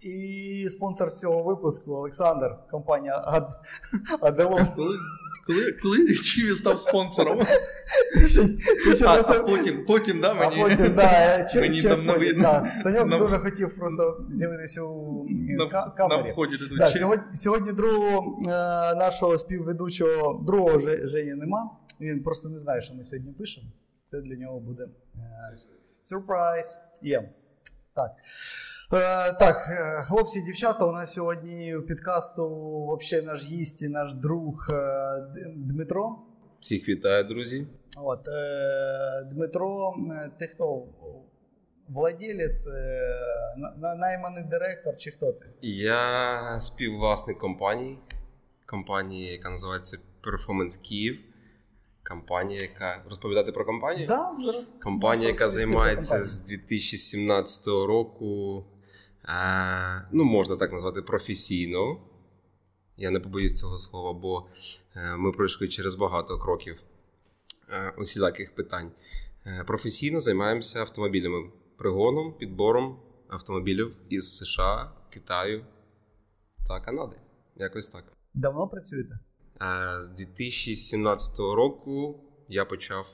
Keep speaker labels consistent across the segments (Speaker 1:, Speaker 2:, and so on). Speaker 1: І спонсор цього випуску Олександр, компанія Ад... Аделон.
Speaker 2: Коли, коли, коли Чіві став спонсором,
Speaker 1: Ти
Speaker 2: а, а
Speaker 1: просто-
Speaker 2: потім, потім, да,
Speaker 1: А
Speaker 2: мені.
Speaker 1: потім, да, чек-
Speaker 2: мені
Speaker 1: чек
Speaker 2: там не
Speaker 1: ходить,
Speaker 2: видно.
Speaker 1: да. Саньок
Speaker 2: На-
Speaker 1: дуже хотів просто з'явитися у е,
Speaker 2: на,
Speaker 1: ка-
Speaker 2: на
Speaker 1: камері.
Speaker 2: вході до
Speaker 1: Да,
Speaker 2: чи-
Speaker 1: сьогодні, сьогодні другого е, нашого співведучого, другого Же- Жені нема. Він просто не знає, що ми сьогодні пишемо. Це для нього буде е, сюрприз. Є. Так. Е, так, е, хлопці і дівчата, у нас сьогодні в підкасту вообще наш гість і наш друг е, Д- Дмитро.
Speaker 3: Всіх вітаю, друзі.
Speaker 1: От, е, Дмитро, е, ти хто? Владелець, е, на- на- найманий директор чи хто ти?
Speaker 3: Я співвласник компанії, компанії, яка називається Performance Київ. Компанія, яка розповідати про компанію?
Speaker 1: Да, зараз
Speaker 3: Компанія, яка
Speaker 1: розповісти про
Speaker 3: займається
Speaker 1: компанію.
Speaker 3: з 2017 року, а, ну, можна так назвати, професійно. Я не побоюсь цього слова, бо е, ми пройшли через багато кроків е, усіляких питань. Е, Професійно займаємося автомобілями, пригоном, підбором автомобілів із США, Китаю та Канади. Якось так.
Speaker 1: Давно працюєте?
Speaker 3: Е, З 2017 року я почав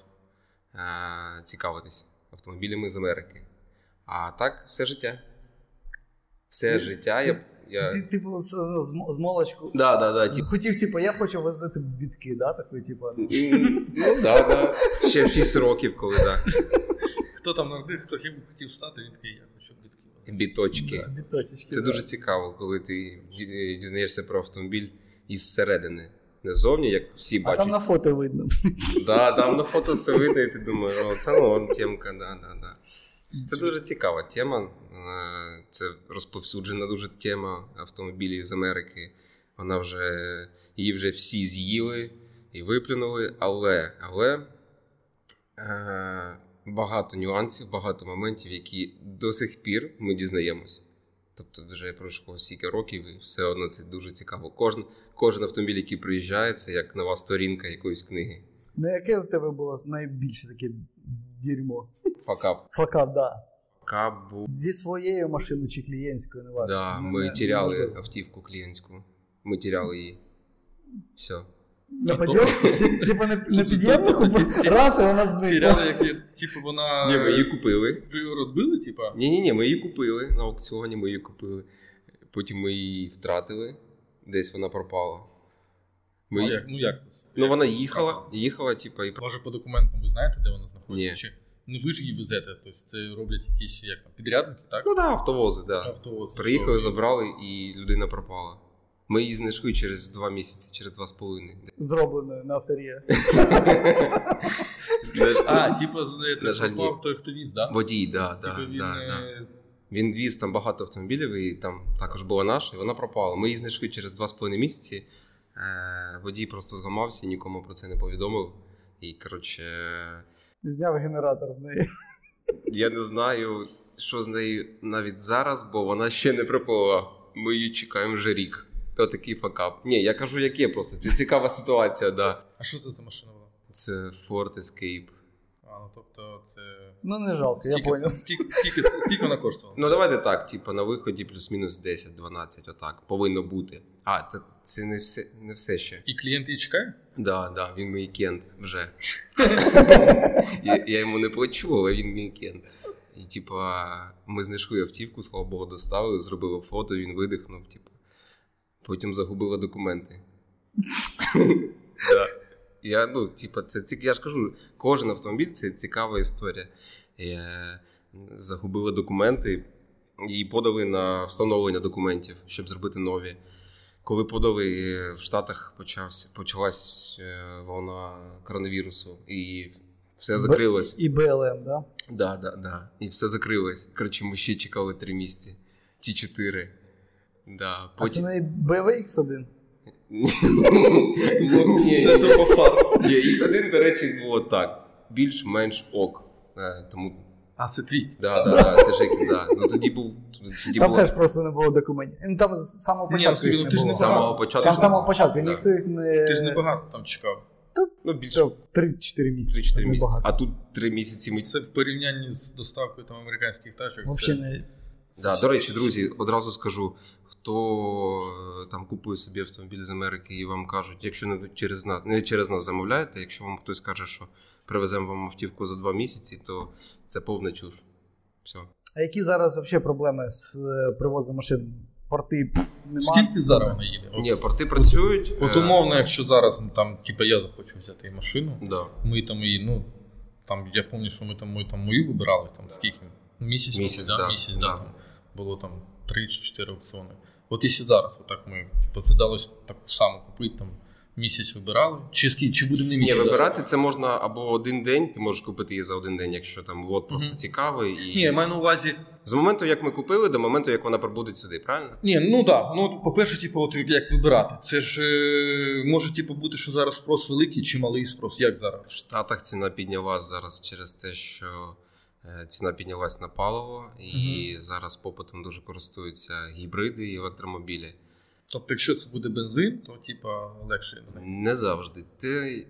Speaker 3: е, цікавитись автомобілями з Америки. А так, все життя. Все
Speaker 1: Ти-
Speaker 3: життя я. я...
Speaker 1: Ти, типу, з, з, з молочку.
Speaker 3: Да, да, да. Е. ті-
Speaker 1: Хотів, типу, я хочу возити бітки, да? Такий, типу.
Speaker 3: М, Ну, да, да. Ще в 6 років, коли так.
Speaker 2: Хто там нардив, хто ким хотів стати, він такий, я хочу бути ким.
Speaker 3: Біточки.
Speaker 1: Біточечки.
Speaker 3: Це
Speaker 1: да.
Speaker 3: дуже цікаво, коли ти ді- е, дізнаєшся про автомобіль із середини. Не зовні, як всі
Speaker 1: А там
Speaker 3: бачать.
Speaker 1: на фото видно.
Speaker 3: Да, там на фото все видно, і ти думаєш, о, це норм темка, да, да, да. Це дуже цікава тема. е, Це розповсюджена дуже тема автомобілів з Америки. Вона вже її вже всі з'їли і виплюнули. Але, але е, багато нюансів, багато моментів, які до сих пір ми дізнаємося. Тобто, вже пройшло стільки років, і все одно це дуже цікаво. Кожен, кожен автомобіль, який приїжджає, це як нова сторінка якоїсь книги.
Speaker 1: Ну, яке у тебе було найбільше таке дерьмо?
Speaker 3: Факап.
Speaker 1: Факап, да.
Speaker 3: Факап був.
Speaker 1: Зі своєю машиною чи клієнтською, не важливо.
Speaker 3: Да,
Speaker 1: Не-
Speaker 3: ми
Speaker 1: не-
Speaker 3: теряли
Speaker 1: неможливо.
Speaker 3: автівку клієнтську. Ми теряли її. Все.
Speaker 1: На
Speaker 3: Ну,
Speaker 2: А то-
Speaker 1: підйомнику? Сі- Типу на, на
Speaker 2: Тобто-
Speaker 1: підйомнику?
Speaker 2: тобто ті-
Speaker 1: Раз, і вона зникла.
Speaker 2: Тіряли, які, типу, вона.
Speaker 3: Ні, ми її купили.
Speaker 2: Ви розбили, типа?
Speaker 3: Ні, ні, ні, ми її купили. На аукціоні ми її купили. Потім ми її втратили. Десь вона пропала. Ми...
Speaker 2: Ну,
Speaker 3: її-
Speaker 2: як, ну як це?
Speaker 3: Ну
Speaker 2: Як
Speaker 3: вона
Speaker 2: це
Speaker 3: їхала,
Speaker 2: втратила?
Speaker 3: їхала, типа, і
Speaker 2: Може, по документам ви знаєте, де вона знаходиться?
Speaker 3: Ні.
Speaker 2: Чи не ви ж її везете? Тобто це роблять якісь як там, підрядники, так?
Speaker 3: ну да, автовози, да.
Speaker 2: Автовоз.
Speaker 3: Приїхали,
Speaker 2: що-
Speaker 3: забрали, і людина пропала. Ми її знайшли через два місяці, через два з половиною.
Speaker 1: Зробленою на авторія.
Speaker 2: А, типу, з
Speaker 3: На жаль, ні.
Speaker 2: пропав той, хто віз, так?
Speaker 3: Водій, да, да,
Speaker 2: Типу, він
Speaker 3: да, да.
Speaker 2: е,
Speaker 3: Він віз там багато автомобілів, і там також була наша, і вона пропала. Ми її знайшли через 2,5 місяці. Е, Водій просто згамався, нікому про це не повідомив. І коротше,
Speaker 1: Зняв генератор з неї.
Speaker 3: я не знаю, що з нею навіть зараз, бо вона ще не приплила. Ми її чекаємо вже рік. То такий факап. Ні, я кажу, як є просто. Це цікава ситуація, да.
Speaker 2: А що це за машина була?
Speaker 3: Це Ford Escape.
Speaker 2: А, ну тобто це.
Speaker 1: Ну не жалко, я
Speaker 2: Скільки, це,
Speaker 1: понял.
Speaker 2: скільки, скільки, це- скільки вона коштувала?
Speaker 3: Ну давайте так, типу, на виході плюс-мінус 10-12, отак. Повинно бути. А, це, це не все не все ще.
Speaker 2: І клієнт її чекає?
Speaker 3: Да, да, він мій кент вже. я, я йому не плачу, але він мій кент. І типа, ми знайшли автівку, слава Богу, доставили, зробили фото, він видихнув, типу. Потім загубила документи. да. Я, ну, типа, це цік... я ж кажу, кожен автомобіль це цікава історія. Я... Загубила документи і подали на встановлення документів, щоб зробити нові. Коли подали е, в Штатах почався, почалась е, волна коронавірусу, і все закрилось.
Speaker 1: І БЛМ, да?
Speaker 3: Да, да, да. І все закрилось. Коротше, ми ще чекали три місяці чи чотири. Да.
Speaker 1: А це
Speaker 3: Потім...
Speaker 1: не BVX 1.
Speaker 3: Ні,
Speaker 2: Це
Speaker 3: ні.
Speaker 2: тупо фарт.
Speaker 3: Ні, X1, до речі, було так. Більш-менш ок. Е, Тому
Speaker 2: А, це твій.
Speaker 3: да, да, да, це ж як- да. Ну тоді був тоді
Speaker 1: Там
Speaker 3: було
Speaker 1: теж просто не було документів. Ну там з самого
Speaker 2: Ні,
Speaker 1: початку.
Speaker 2: ну,
Speaker 1: їх
Speaker 2: ти
Speaker 1: не
Speaker 2: ж не
Speaker 3: з
Speaker 1: було.
Speaker 2: сам-
Speaker 3: самого початку.
Speaker 1: Там з самого початку,
Speaker 3: Да.
Speaker 1: ніхто їх не.
Speaker 2: Ти ж небагато там чекав.
Speaker 3: Ну, більше
Speaker 1: Що, 3-4 місяці.
Speaker 3: 3-4
Speaker 1: небагато.
Speaker 3: місяці. А тут 3 місяці ми
Speaker 2: Це в порівнянні з доставкою там американських тачок.
Speaker 1: Вообще не.
Speaker 3: Да, до речі, друзі, одразу скажу, хто е, там купує собі автомобіль з Америки і вам кажуть, якщо не через нас, не через нас замовляєте, якщо вам хтось каже, що привеземо вам автівку за два місяці, то це повна чуш. Все.
Speaker 1: А які зараз взагалі проблеми з е, привозом машин? Порти пф, нема.
Speaker 2: Скільки зараз вона їде? От-
Speaker 3: Ні, порти працюють.
Speaker 2: От
Speaker 3: е,
Speaker 2: умовно, якщо зараз ну, там, типу, я захочу взяти машину,
Speaker 3: Да.
Speaker 2: ми там її, ну, там, я пам'ятаю, що ми там, ми там мою вибирали, там скільки? Місяць,
Speaker 3: Місяць,
Speaker 2: мабуть, да,
Speaker 3: да,
Speaker 2: місяць,
Speaker 3: да.
Speaker 2: да. там було там 3 чи 4 аукціони. От якщо зараз, отак ми, типу, це далось таку саму купити, там місяць вибирали. Чи скільки, чи буде не
Speaker 3: Ні,
Speaker 2: місяць? да?
Speaker 3: вибирати це можна або один день, ти можеш купити її за один день, якщо там лот просто
Speaker 2: Мгм.
Speaker 3: цікавий. І...
Speaker 2: Ні, я маю на увазі,
Speaker 3: З моменту, як ми купили, до моменту, як вона прибуде сюди, правильно?
Speaker 2: Ні, ну так. Да. Ну, по-перше, типу, от як вибирати. Це ж е, може, типу, бути, що зараз спрос великий чи малий спрос, як зараз?
Speaker 3: В Штатах ціна піднялась зараз через те, що е, ціна піднялась на паливо, і зараз попитом дуже користуються гібриди і електромобілі.
Speaker 2: Тобто, якщо це буде бензин, то типу, легше. я не знаю.
Speaker 3: Не завжди. Ти...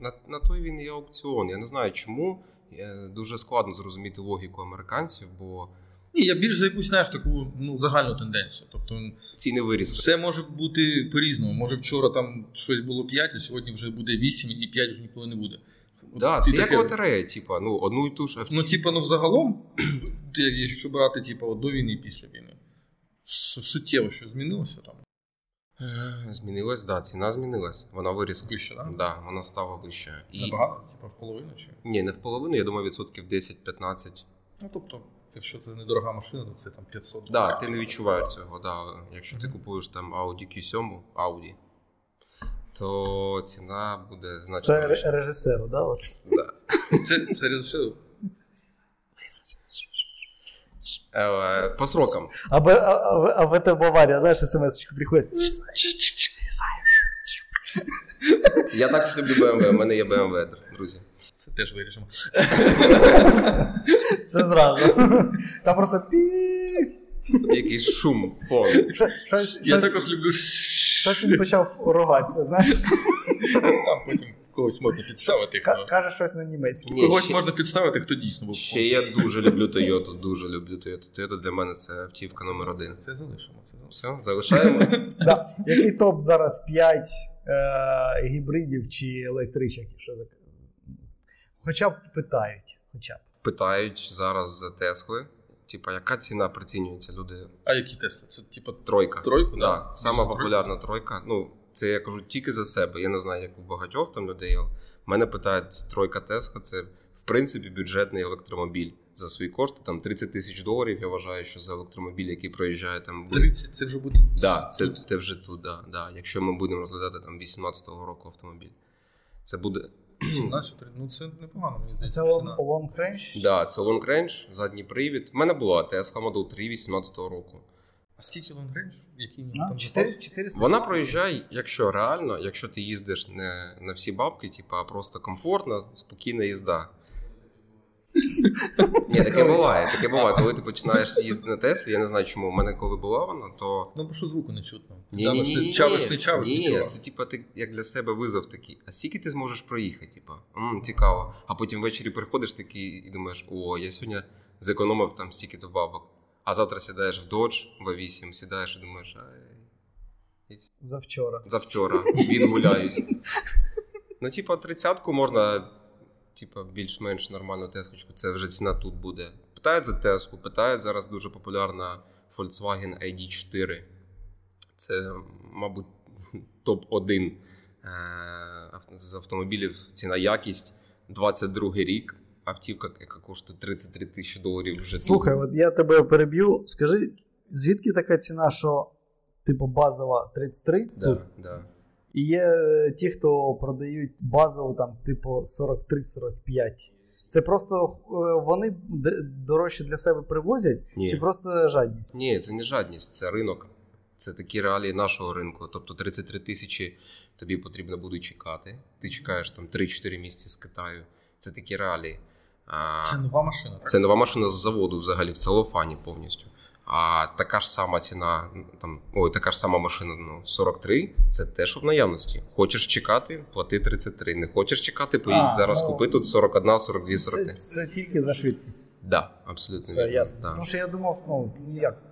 Speaker 3: На, на той він і аукціон. Я не знаю чому. Е, Дуже складно зрозуміти логіку американців, бо
Speaker 2: Ні, я більш за якусь знаєш таку ну, загальну тенденцію. Тобто,
Speaker 3: ціни вирісли.
Speaker 2: все може бути по-різному. Може, вчора там щось було 5, а сьогодні вже буде 8 і 5 вже ніколи не буде. От
Speaker 3: Да,
Speaker 2: ти
Speaker 3: це як
Speaker 2: таке-
Speaker 3: лотерея, типа, ну, одну і ту ж
Speaker 2: Ну, типу, ну взагалом, ти, якщо брати типу, от до війни і після війни, су- суттєво що змінилося там.
Speaker 3: Е, Змінилась, да, ціна змінилась. Вона вирісла.
Speaker 2: Вище, так? Да?
Speaker 3: Да, вона стала вища. І...
Speaker 2: Набагато, типу, в половину чи.
Speaker 3: Ні, не в половину, я думаю, відсотків 10-15.
Speaker 2: Ну, тобто, якщо це недорога машина, то це там 500
Speaker 3: Да, ти не відчуваєш цього. Да. Якщо ти
Speaker 2: Мгм.
Speaker 3: купуєш там Audi Q7, Audi, то ціна буде значно.
Speaker 1: Це
Speaker 3: вища.
Speaker 1: ре- режисеру, да? От.
Speaker 3: Да.
Speaker 2: Це, це рішив.
Speaker 3: Е, По срокам.
Speaker 1: А, Б- а, а, В- а в это Баварія, знаєш, смс-очка приходить.
Speaker 3: Я також люблю BMW, в мене є BMW, друзі.
Speaker 2: Це теж вирішимо.
Speaker 1: Це зразу. Там просто пі.
Speaker 3: Якийсь шум, фон.
Speaker 1: Щось- щось-
Speaker 2: Я
Speaker 1: щось-
Speaker 2: також люблю.
Speaker 1: Щось він почав ругатися, знаєш.
Speaker 2: Там потім когось можна підставити.
Speaker 1: Ка-
Speaker 2: Хто...
Speaker 1: Каже щось на німецькій.
Speaker 3: Ні,
Speaker 2: Когось
Speaker 3: ще-
Speaker 2: можна підставити, хто дійсно був.
Speaker 3: Ще я дуже люблю Toyota, дуже люблю Toyota. Toyota для мене це автівка номер один.
Speaker 2: Це залишимо. Це залишимо.
Speaker 3: Все, залишаємо.
Speaker 1: Да. Який топ зараз 5 е, гібридів чи електричок? Що так? Хоча б питають. Хоча б.
Speaker 3: Питають зараз за Тесли. Типа, яка ціна прицінюється люди?
Speaker 2: А які тести? Це типу
Speaker 3: Тройка.
Speaker 2: тройку?
Speaker 3: Да, сама
Speaker 2: Тройку?
Speaker 3: популярна тройка. Ну, це я кажу тільки за себе. Я не знаю, як у багатьох там людей. але Мене питають це тройка Тесла. Це в принципі бюджетний електромобіль за свої кошти. Там 30 тисяч доларів. Я вважаю, що за електромобіль, який проїжджає там.
Speaker 2: 30 це вже буде.
Speaker 3: Да, це,
Speaker 2: тут.
Speaker 3: це вже тут, да, да. Якщо ми будемо розглядати там 18-го року автомобіль, це буде
Speaker 2: 17, ну це непогано, мені
Speaker 1: Це
Speaker 2: здається. ціна.
Speaker 1: long, long range?
Speaker 3: да, це long range, задній привід. У мене була Tesla Model 3 18-го року.
Speaker 2: А скільки лонгрейдж? Який він
Speaker 1: А,
Speaker 2: там?
Speaker 1: чотири-
Speaker 2: запас?
Speaker 1: 400?
Speaker 3: Вона проїжджає, якщо реально, якщо ти їздиш не на всі бабки, типу, а просто комфортна, спокійна їзда. Ні, таке буває, таке буває. Коли ти починаєш їздити на Теслі, я не знаю, чому в мене коли була вона, то.
Speaker 2: Ну, бо що звуку не чутно.
Speaker 3: Ні, ні,
Speaker 2: Давиш,
Speaker 3: ні,
Speaker 2: не Чавиш, не чавиш,
Speaker 3: ні,
Speaker 2: нічого.
Speaker 3: це типа ти як для себе визов такий. А скільки ти зможеш проїхати? Типа, м, цікаво. А потім ввечері приходиш такий і думаєш, о, я сьогодні зекономив там стільки-то бабок. А завтра сідаєш в Dodge V8, сідаєш і думаєш, ай,
Speaker 1: Завчора.
Speaker 3: завчора відгуляюсь. Ну, типа, тридцятку можна, типа, більш-менш нормальну тескочку, це вже ціна тут буде. Питають за теску, питають зараз дуже популярна Volkswagen ID4. Це, мабуть, топ-1 е, ав- з автомобілів ціна якість 22 рік. Автівка, яка коштує 33 тисячі доларів вже.
Speaker 1: Слухай, от я тебе переб'ю. Скажи, звідки така ціна, що типу базова 33
Speaker 3: да,
Speaker 1: тут?
Speaker 3: да.
Speaker 1: І є е, ті, хто продають базову там, типу 43-45. Це просто е, вони д- дорожче для себе привозять,
Speaker 3: Ні.
Speaker 1: чи просто жадність?
Speaker 3: Ні, це не жадність, це ринок. Це такі реалії нашого ринку. Тобто 33 тисячі тобі потрібно буде чекати. Ти чекаєш там 3-4 місяці з Китаю. Це такі реалії. А,
Speaker 2: Це нова машина, так?
Speaker 3: це нова машина з заводу взагалі в целофані повністю. А така ж сама ціна, там, ой, така ж сама машина, ну, 43, це те, що в наявності. Хочеш чекати, плати 33. Не хочеш чекати, поїдь
Speaker 1: А,
Speaker 3: зараз
Speaker 1: ну,
Speaker 3: купи тут 41, 42,
Speaker 1: Це,
Speaker 3: 43.
Speaker 1: це тільки за швидкість. Е,
Speaker 3: Да, абсолютно.
Speaker 1: Це
Speaker 3: вірно,
Speaker 1: ясно.
Speaker 3: Да.
Speaker 1: Тому що я думав, ну ніяк.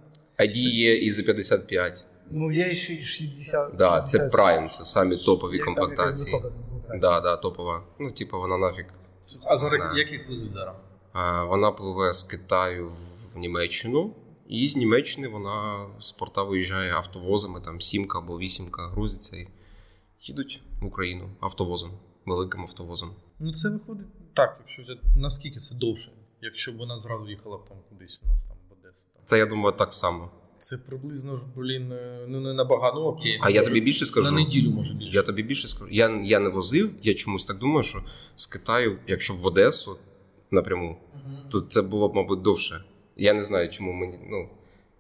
Speaker 3: ID є і за 55.
Speaker 1: Ну є ще й 60.
Speaker 3: Да,
Speaker 1: 60,
Speaker 3: це Prime, це самі топові
Speaker 1: там якась
Speaker 3: комплектації.
Speaker 1: висока комплектація.
Speaker 3: Да, да, топова. Ну, типу, вона нафіг.
Speaker 2: А зараз
Speaker 3: Знаю.
Speaker 2: як їх везуть зараз?
Speaker 3: А, Вона пливе з Китаю в Німеччину, і з Німеччини вона з порта виїжджає автовозами, там сімка або вісімка грузиться і їдуть в Україну автовозом, великим автовозом.
Speaker 2: Ну це виходить так, якщо взяти, наскільки це довше, якщо б вона зразу їхала б там кудись у нас там в Одесу. Там.
Speaker 3: Це я думаю так само.
Speaker 2: Це приблизно ж, блін, е, ну не набагато, ну окей.
Speaker 3: А я
Speaker 2: може,
Speaker 3: тобі більше скажу.
Speaker 2: На неділю може більше.
Speaker 3: Я тобі більше скажу. Я, я не возив, я чомусь так думаю, що з Китаю, якщо в Одесу напряму,
Speaker 2: Мгм.
Speaker 3: то це було б, мабуть, довше. Я не знаю, чому мені. Ну,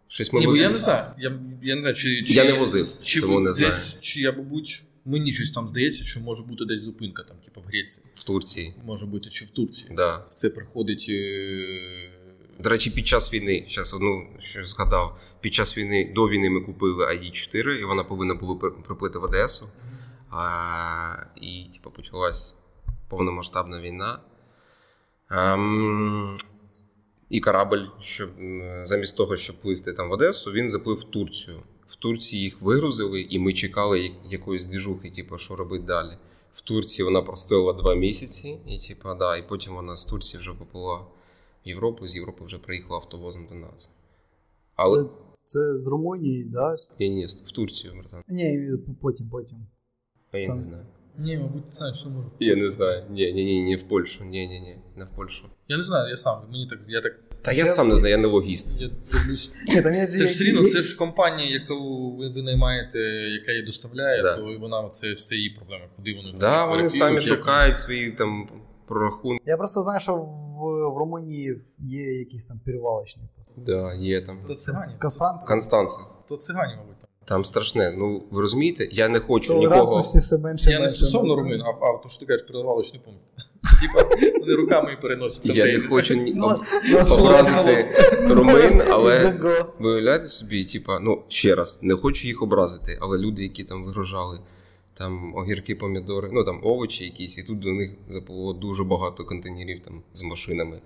Speaker 3: щось ми
Speaker 2: Ні, бо
Speaker 3: возили.
Speaker 2: я не знаю. Я, я не знаю, чи, чи
Speaker 3: Я не возив,
Speaker 2: чи
Speaker 3: тому не
Speaker 2: десь,
Speaker 3: знаю.
Speaker 2: Чи я, мабуть, мені щось там здається, що може бути десь зупинка, там, типу в Греції,
Speaker 3: В Турції.
Speaker 2: може бути, чи в Турції.
Speaker 3: Да.
Speaker 2: Це приходить. е,
Speaker 3: До речі, під час війни, зараз одну що згадав, під час війни до війни ми купили ID4, і вона повинна була при- приплити в Одесу. А, і типу, почалась повномасштабна війна. Ем, і корабль, що м, замість того, щоб плисти там в Одесу, він заплив в Турцію. В Турції їх вигрузили, і ми чекали як- якоїсь двіжухи, типу, що робити далі. В Турції вона простояла два місяці, і типу, да, і потім вона з Турції вже поплила в Європу, з Європи вже приїхала автобусом до нас. Але
Speaker 1: Це, це з Румунії, да?
Speaker 3: ні, ні, в Турцію, братан.
Speaker 1: Ні, потім, потім.
Speaker 3: А я
Speaker 1: Там-
Speaker 3: не знаю.
Speaker 2: Ні, мабуть, це що може.
Speaker 3: Я не знаю. Ні, ні, ні, не в Польщу. Ні, ні, ні, не в Польщу.
Speaker 2: Я не знаю, я сам. Мені так. Я так.
Speaker 3: Та я сам не знаю, я не логіст.
Speaker 2: Я дивлюсь.
Speaker 1: Ні, там є,
Speaker 2: Це ж все рівно, це ж компанія, яку ви, ви наймаєте, яка її доставляє,
Speaker 3: Да.
Speaker 2: то і вона це все її проблема. Куди вони там
Speaker 3: Да, вони
Speaker 2: перекинуть,
Speaker 3: самі
Speaker 2: як-
Speaker 3: шукають свої там прорахунки.
Speaker 1: Я просто знаю, що в, в Румунії є якісь там перевалочні. просто.
Speaker 3: Да, є там.
Speaker 2: То цигані.
Speaker 1: В Констанції
Speaker 3: Констанція.
Speaker 2: То цигані, мабуть, там.
Speaker 3: Там страшне. Ну ви розумієте, я не хочу нікого.
Speaker 1: толерантності все менше. і
Speaker 2: Я не
Speaker 1: менше.
Speaker 2: стосовно румин, а, а то що ти кажеш, перевалочний пункт. Типа вони руками і переносять.
Speaker 3: Я не
Speaker 2: контейнери.
Speaker 3: хочу ні-
Speaker 1: Ну,
Speaker 3: об-
Speaker 1: ну,
Speaker 3: образити румин, але
Speaker 1: Ідего.
Speaker 3: Виявляєте собі, типа, ну ще раз, не хочу їх образити, але люди, які там вигружали там огірки, помідори, ну там овочі якісь, і тут до них заплило дуже багато контейнерів там з машинами.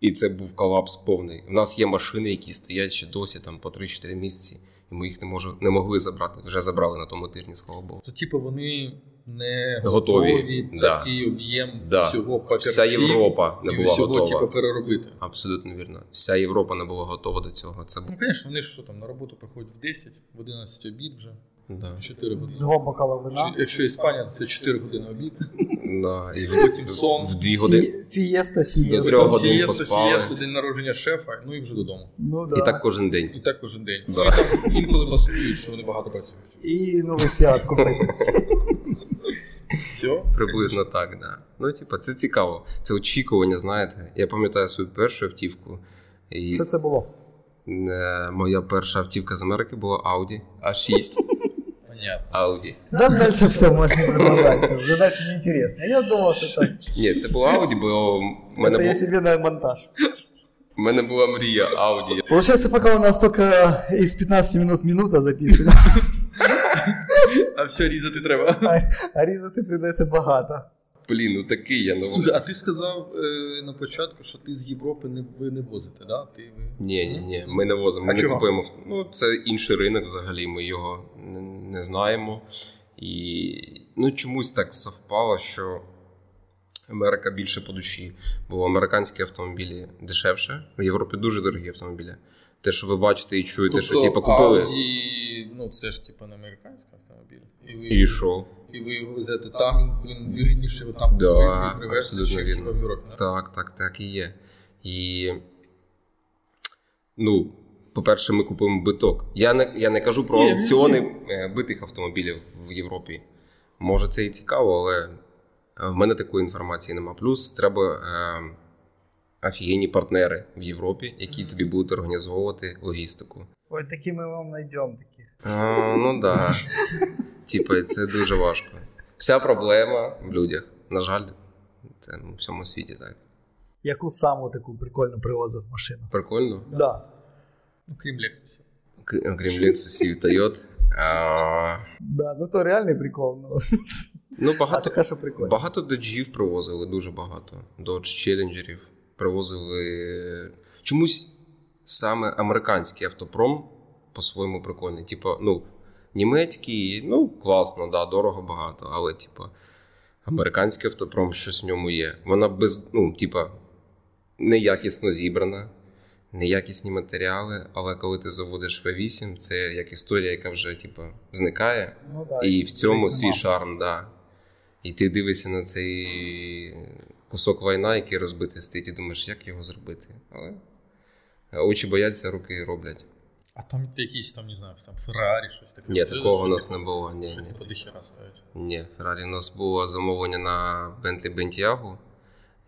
Speaker 3: І це був колапс повний. У нас є машини, які стоять ще досі там по 3-4 місяці, і ми їх не, можу, не могли забрати. Вже забрали на тому тижні, слава Богу.
Speaker 2: То типу вони не
Speaker 3: Готові,
Speaker 2: готові,
Speaker 3: да.
Speaker 2: такий об'єм
Speaker 3: Да.
Speaker 2: всього папірців
Speaker 3: Вся Європа не
Speaker 2: Тобто і
Speaker 3: була
Speaker 2: всього,
Speaker 3: готова.
Speaker 2: типу, переробити.
Speaker 3: Абсолютно вірно. Вся Європа не була готова до цього. Це бу-
Speaker 2: Ну, звісно, вони ж що там на роботу приходять в 10, в 11 обід вже,
Speaker 3: да.
Speaker 2: 4 години.
Speaker 1: Два бокала вина.
Speaker 2: Чи- Якщо Іспанія, то це 4 години обід.
Speaker 3: Да. І в,
Speaker 2: Потім сон.
Speaker 3: в дві години.
Speaker 1: Сі- Фієста, сієста.
Speaker 3: До трьох годин
Speaker 2: Сієста,
Speaker 3: поспали.
Speaker 2: сієста, день народження шефа, ну і вже додому.
Speaker 1: Ну, да.
Speaker 3: І так кожен день.
Speaker 2: І так кожен день.
Speaker 3: Да.
Speaker 2: Ну, і там інколи басують, що вони багато працюють.
Speaker 1: І новий свят купити.
Speaker 2: Все.
Speaker 3: Приблизно так, да. Ну, типа, це цікаво. Це очікування, знаєте. Я пам'ятаю свою першу автівку. І
Speaker 1: Що це було?
Speaker 3: е, моя перша автівка з Америки була Audi A6.
Speaker 2: Понятно.
Speaker 3: Audi.
Speaker 1: Да, далі все можна продовжатися. Вже далі не інтересно. Я думав, що так.
Speaker 3: Ні, це була Audi, бо в мене,
Speaker 1: Це я
Speaker 3: бу...
Speaker 1: собі на монтаж.
Speaker 3: в мене була мрія Audi.
Speaker 1: Получается, пока у нас только э, из 15 минут минута записана,
Speaker 2: А все різати треба.
Speaker 1: а різати прийдеться багато.
Speaker 3: Блін, ну такий я ну.
Speaker 2: Слухай, а ти сказав е, на початку, що ти з Європи не, ви не возите, да? Ти, ви...
Speaker 3: Ні, ні, ні, ми не возимо, ми
Speaker 2: А
Speaker 3: не
Speaker 2: чого?
Speaker 3: купуємо. авто. Ну, це інший ринок взагалі, ми його не, не знаємо. І ну, чомусь так совпало, що Америка більше по душі, бо американські автомобілі дешевше, в Європі дуже дорогі автомобілі. Те, що ви бачите і чуєте, що типу купили.
Speaker 2: Тобто, Audi, ну це ж типу не американський автомобіль. І ви,
Speaker 3: І що?
Speaker 2: і ви його везете там, він вірніше його там
Speaker 3: Да,
Speaker 2: купити і привезти,
Speaker 3: абсолютно
Speaker 2: чим,
Speaker 3: вірно.
Speaker 2: типу, в Європі. да?
Speaker 3: Так, так, так і є. І. Ну, по-перше, ми купуємо биток. Я не, я не кажу про
Speaker 2: Ні, я
Speaker 3: аукціони е, битих автомобілів в Європі. Може, це і цікаво, але е, в мене такої інформації нема. Плюс треба е, офігенні партнери в Європі, які
Speaker 2: Мгм.
Speaker 3: тобі будуть організовувати логістику.
Speaker 1: Ой, такі ми вам знайдемо таких.
Speaker 3: А, ну да. Типа, це дуже важко. Вся проблема в людях. На жаль, це ну, в всьому світі так.
Speaker 1: Яку саму таку прикольну привозив машину?
Speaker 3: Прикольно.
Speaker 1: Да.
Speaker 2: Ну, крім Lexus.
Speaker 3: Окр- Окрім Lexus і Toyota. А,
Speaker 1: Да, ну то реальний прикол. Ну,
Speaker 3: Ну,
Speaker 1: а
Speaker 3: багато
Speaker 1: така, що прикольно.
Speaker 3: Багато доджів привозили, дуже багато. Додж челенджерів привозили. Чомусь саме американський автопром по-своєму прикольний. Типа, ну, німецький, ну, класно, да, дорого багато, але, типа, американський автопром щось в ньому є. Вона без, ну, типа, неякісно зібрана, неякісні матеріали, але коли ти заводиш V8, це як історія, яка вже, типа, зникає.
Speaker 1: Ну, да,
Speaker 3: І в цьому
Speaker 1: нема.
Speaker 3: свій шарм, да. І ти дивишся на цей кусок лайна, який розбитий стоїть, і думаєш, як його зробити. Але очі бояться, руки роблять.
Speaker 2: А там якісь там, не знаю, там Феррарі, щось таке.
Speaker 3: Ні, такого у
Speaker 2: у
Speaker 3: нас не було. Ні,
Speaker 2: Що
Speaker 3: ні.
Speaker 2: типу до хіра ставить.
Speaker 3: Ні, Феррарі. У нас було замовлення на Bentley Bentiago,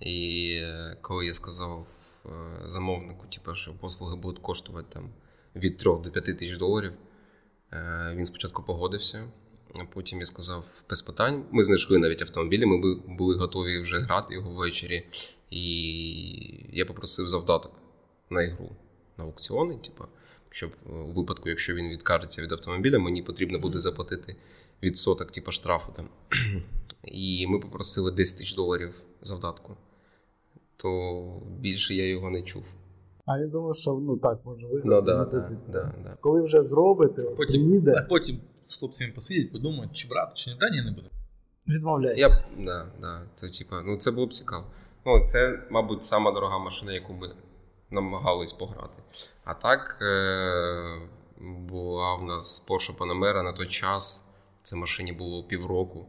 Speaker 3: і е, коли я сказав е, замовнику, типу, що послуги будуть коштувати там від 3 до 5 тисяч доларів, е, він спочатку погодився. а Потім я сказав без питань. Ми знайшли навіть автомобілі, ми бу- були готові вже грати його ввечері. І я попросив завдаток на ігру на аукціони. Типу, щоб е, у випадку, якщо він відкажеться від автомобіля, мені потрібно буде заплатити відсоток, типу, штрафу там. І ми попросили 10 тисяч доларів завдатку. То більше я його не чув.
Speaker 1: А я думав, що ну так може
Speaker 3: Ну,
Speaker 1: виграти.
Speaker 3: да,
Speaker 1: ну,
Speaker 3: да,
Speaker 1: ти-
Speaker 3: да, да.
Speaker 1: Коли вже зробите, от
Speaker 2: Потім- А
Speaker 1: приїде,
Speaker 2: потім з хлопцями посидять, подумають, чи брати, чи не. Да, ні, не буде.
Speaker 1: відмовляється.
Speaker 3: Я, б- да, да, це, типа, ну, це було б цікаво. Ну, це, мабуть, сама дорога машина, яку ми намагались пограти. А так е- була в нас Porsche Panamera на той час. Це машині було півроку.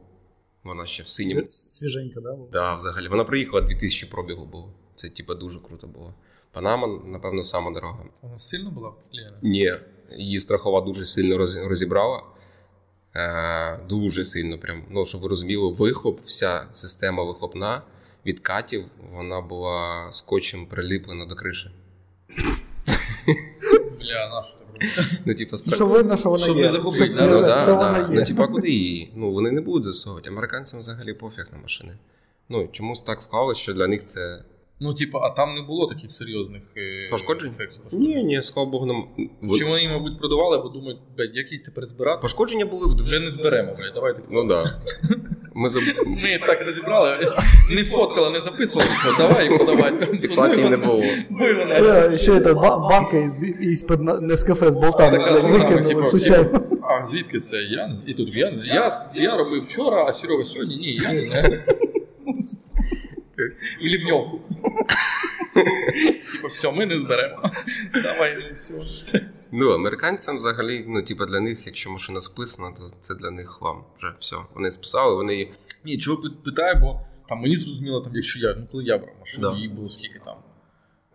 Speaker 3: Вона ще в синім.
Speaker 1: Сві- Свіженька, да? була?
Speaker 3: Да, взагалі. Вона приїхала 2000 пробігу було. Це, типа, дуже круто було. Панама, напевно, сама дорога.
Speaker 2: Вона сильно була вклеєна?
Speaker 3: Ні, її страхова дуже сильно роз- розібрала. Е, дуже сильно, прям. Ну, щоб ви розуміли, вихлоп, вся система вихлопна від катів, вона була скотчем приліплена до криші.
Speaker 2: Бля, нашу так робити.
Speaker 3: Ну, типу, страх...
Speaker 1: Що видно, що вона
Speaker 2: Щоб
Speaker 1: є.
Speaker 2: не загубить,
Speaker 1: Щоб-
Speaker 2: да,
Speaker 3: ну,
Speaker 1: да,
Speaker 3: да,
Speaker 1: що
Speaker 3: да.
Speaker 1: вона
Speaker 3: ну
Speaker 1: є.
Speaker 3: типа, куди її? Ну, вони не будуть засовувати. Американцям взагалі пофіг на машини. Ну, чомусь так склалось, що для них це
Speaker 2: Ну, типу, а там не було таких серйозних е,
Speaker 3: пошкоджень.
Speaker 2: ефектів. пошкоджень.
Speaker 3: Ні, ні, слава Богу, нам. Ви-
Speaker 2: Чи вони, мабуть, продавали, бо думають, блядь, який тепер збирати?
Speaker 3: Пошкодження були в
Speaker 2: Вже не зберемо, блядь, давайте.
Speaker 3: Ну да. Ми заб...
Speaker 2: Ми так розібрали, не фоткали, не записували, що давай подавай.
Speaker 3: Фіксації не було.
Speaker 2: Буй вона.
Speaker 1: Е, Ще це ба- банка із, із під Нескафе з болтами
Speaker 2: Така
Speaker 1: бля,
Speaker 2: з болтами,
Speaker 1: викинули
Speaker 2: типу,
Speaker 1: случайно.
Speaker 2: А звідки це? Я не- і тут я не- я, я робив вчора, а Серега сьогодні ні, я не знаю. В лівньовку. Типа, все, ми не зберемо. Давай ну, все.
Speaker 3: Ну, американцям взагалі, ну, типа, для них, якщо машина списана, то це для них хлам. Вже все. Вони списали, вони її.
Speaker 2: Ні, чого пи- питаю, бо там мені зрозуміло, там, якщо я, ну коли я брав машину,
Speaker 3: Да.
Speaker 2: їй було скільки там.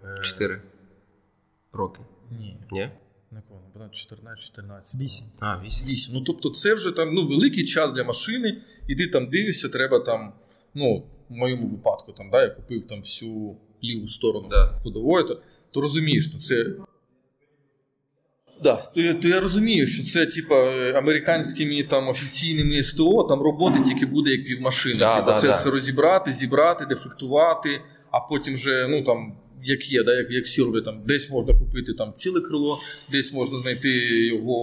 Speaker 2: Е,
Speaker 3: Чотири роки.
Speaker 2: Ні,
Speaker 3: Ні?
Speaker 2: не повно, бо там 14, 14.
Speaker 1: Вісім.
Speaker 3: А, вісім.
Speaker 2: 8. Ну тобто, це вже там ну, великий час для машини, і ти там дивишся, треба там, ну, в моєму випадку, там, да, я купив там всю ліву сторону
Speaker 3: Да.
Speaker 2: ходової, то, то розумієш, то це. Да, то, я- то я розумію, що це типа е, американськими там офіційними СТО, там роботи тільки буде як півмашини.
Speaker 3: Да,
Speaker 2: типа,
Speaker 3: да,
Speaker 2: це
Speaker 3: да.
Speaker 2: все розібрати, зібрати, дефектувати, а потім вже, ну там, як є, да, як, як всі роблять, там десь можна купити там ціле крило, десь можна знайти його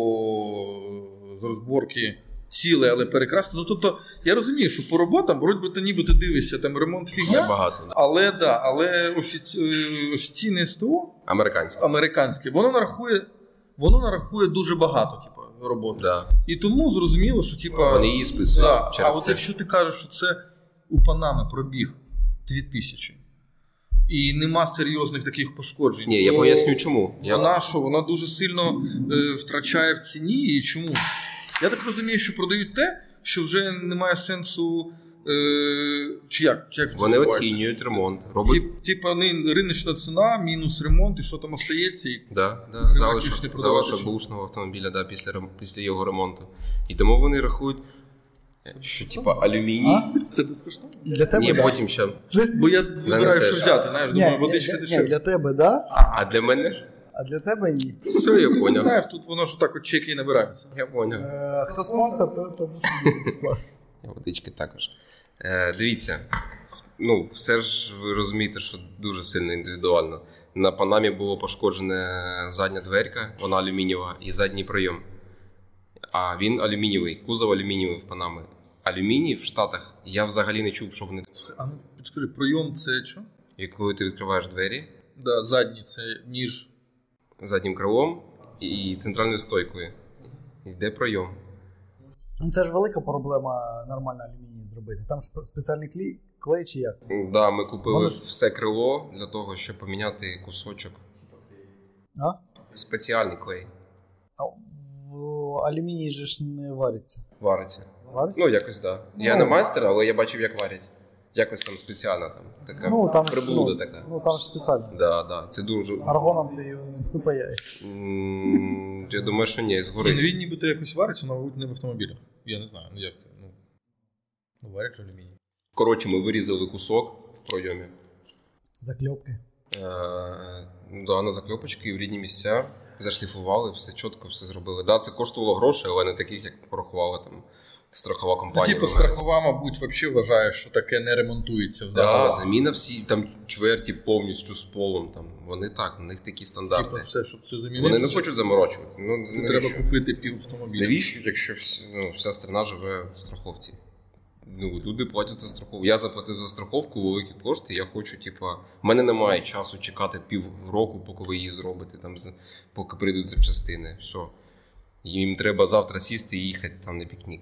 Speaker 2: з розборки ціле, але перекрасти. Ну тобто, я розумію, що по роботам, вроді би, ти ніби ти дивишся там ремонт фігня.
Speaker 3: Багато. да.
Speaker 2: Але да, але офіці... е, офіційне СТО
Speaker 3: Американська.
Speaker 2: американське, воно нарахує, воно нарахує дуже багато, типу, роботи.
Speaker 3: Да.
Speaker 2: І тому зрозуміло, що типу,
Speaker 3: Вони її списують
Speaker 2: да, а
Speaker 3: через
Speaker 2: от
Speaker 3: це.
Speaker 2: якщо ти кажеш, що це у Панами пробіг 2000, і нема серйозних таких пошкоджень.
Speaker 3: Ні, я
Speaker 2: то
Speaker 3: поясню чому. Я...
Speaker 2: Вона що, вона дуже сильно е, втрачає в ціні і чому? Я так розумію, що продають те, що вже немає сенсу. Е, чи як? Чи як це
Speaker 3: Вони
Speaker 2: відбувається?
Speaker 3: оцінюють ремонт. Робить.
Speaker 2: Тип- Типа не- риночна ціна, мінус ремонт, і що там остається, і
Speaker 3: Да, да,
Speaker 2: Прямо
Speaker 3: залишок,
Speaker 2: фактично продавати
Speaker 3: залишок
Speaker 2: чи-
Speaker 3: бушного автомобіля да, після, рем- після його ремонту. І тому вони рахують, е, що типа алюміній.
Speaker 1: А?
Speaker 2: Це безкоштовно?
Speaker 1: Для тебе,
Speaker 3: Ні,
Speaker 1: да.
Speaker 3: потім ще.
Speaker 1: Для-
Speaker 2: Бо я вибираю, що
Speaker 3: Занесеш.
Speaker 2: взяти,
Speaker 1: Ні,
Speaker 2: знаєш, думаю,
Speaker 1: ні,
Speaker 2: водичка
Speaker 1: ні,
Speaker 2: дешевше.
Speaker 1: для тебе, да?
Speaker 3: А для мене
Speaker 1: А для тебе ні.
Speaker 3: все, я поняв.
Speaker 2: Ну, Знаєш, тут воно ж так от чеки і набирається.
Speaker 3: Я поняв.
Speaker 1: Е, Хто спонсор, то тому що
Speaker 3: Я водички також. Е, дивіться, с- ну, все ж ви розумієте, що дуже сильно індивідуально. На панамі було пошкоджене задня дверка, вона алюмінієва, і задній прийом. А він алюмінієвий, кузов алюмінієвий в панами. Алюміній в Штатах я взагалі не чув, що вони.
Speaker 2: А ну підскажи, прийом це що?
Speaker 3: І коли ти відкриваєш двері
Speaker 2: Да, задній це ніж.
Speaker 3: заднім крилом і центральною стойкою, йде прийом.
Speaker 1: Ну, Це ж велика проблема нормально алюміній зробити. Там сп- спеціальний клей, клей чи як?
Speaker 3: Да, ми купили
Speaker 1: Вони ж-
Speaker 3: все крило для того, щоб поміняти кусочок.
Speaker 1: А?
Speaker 3: Спеціальний клей
Speaker 1: А в- алюміній же ж не вариться.
Speaker 3: вариться.
Speaker 1: Вариться?
Speaker 3: Ну, якось так. Да. Я
Speaker 1: Ну.
Speaker 3: не майстер, але я бачив, як варять. Якось там спеціально там така
Speaker 1: Ну, там ж,
Speaker 3: приблуда
Speaker 1: ну,
Speaker 3: така.
Speaker 1: Ну там ж спеціально.
Speaker 3: Да, да. Це дуже.
Speaker 1: Аргоном ти його не впаяєш.
Speaker 3: М, Я думаю, що ні,
Speaker 2: Він,
Speaker 3: згори.
Speaker 2: він нібито якось вариться, але мабуть не в автомобілях. Я не знаю, ну як це. Ну, ну варять же алюміній.
Speaker 3: Коротше, ми вирізали кусок в пройомі.
Speaker 1: Закльопки.
Speaker 3: Е, ну Да, на закльопочки в рідні місця. Зашліфували, все чітко, все зробили. Да, це коштувало грошей, але не таких, як порахувала там страхова
Speaker 2: Ну,
Speaker 3: компанія.
Speaker 2: типу,
Speaker 3: в Америці.
Speaker 2: страхова, мабуть, взагалі вважає, що таке не ремонтується
Speaker 3: Да,
Speaker 2: взагалі.
Speaker 3: заміна всі там чверті повністю з полом. Там вони так, у них такі
Speaker 2: типу,
Speaker 3: стандарти.
Speaker 2: все, щоб це замінити.
Speaker 3: Вони не
Speaker 2: це-
Speaker 3: хочуть заморочувати. Ну
Speaker 2: Це
Speaker 3: навіщо?
Speaker 2: треба купити пів автомобіля.
Speaker 3: Навіщо, якщо вс- ну, вся страна живе в страховці? Ну, люди платять за страховку. Я заплатив за страховку великі кошти. Я хочу, типа, в мене немає часу чекати півроку, поки ви її зробите, там, з- поки прийдуть запчастини. Все. Їм треба завтра сісти і їхати там на пікнік.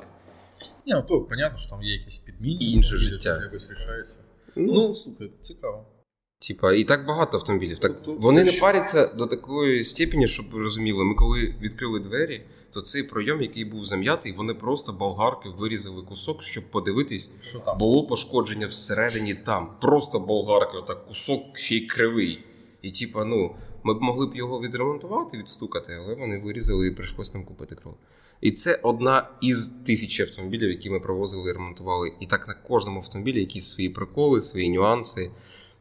Speaker 2: Ні, ну то понятно, що там є якісь підміни.
Speaker 3: І інше
Speaker 2: автомобілі,
Speaker 3: життя.
Speaker 2: там Якось рішається.
Speaker 3: Ну,
Speaker 2: Ну, слухай, цікаво.
Speaker 3: Типа, і так багато автомобілів. Так
Speaker 2: Тобто,
Speaker 3: вони не
Speaker 2: що-
Speaker 3: паряться до такої степені, щоб ви розуміли. Ми коли відкрили двері, то цей пройом, який був зам'ятий, вони просто болгарки вирізали кусок, щоб подивитись.
Speaker 2: Що там?
Speaker 3: Було пошкодження всередині там. Просто болгарки, отак кусок ще й кривий. І типа, ну, ми б могли б його відремонтувати, відстукати, але вони вирізали і прийшлось нам купити кров. І це одна із тисячі автомобілів, які ми провозили і ремонтували. І так на кожному автомобілі якісь свої приколи, свої нюанси,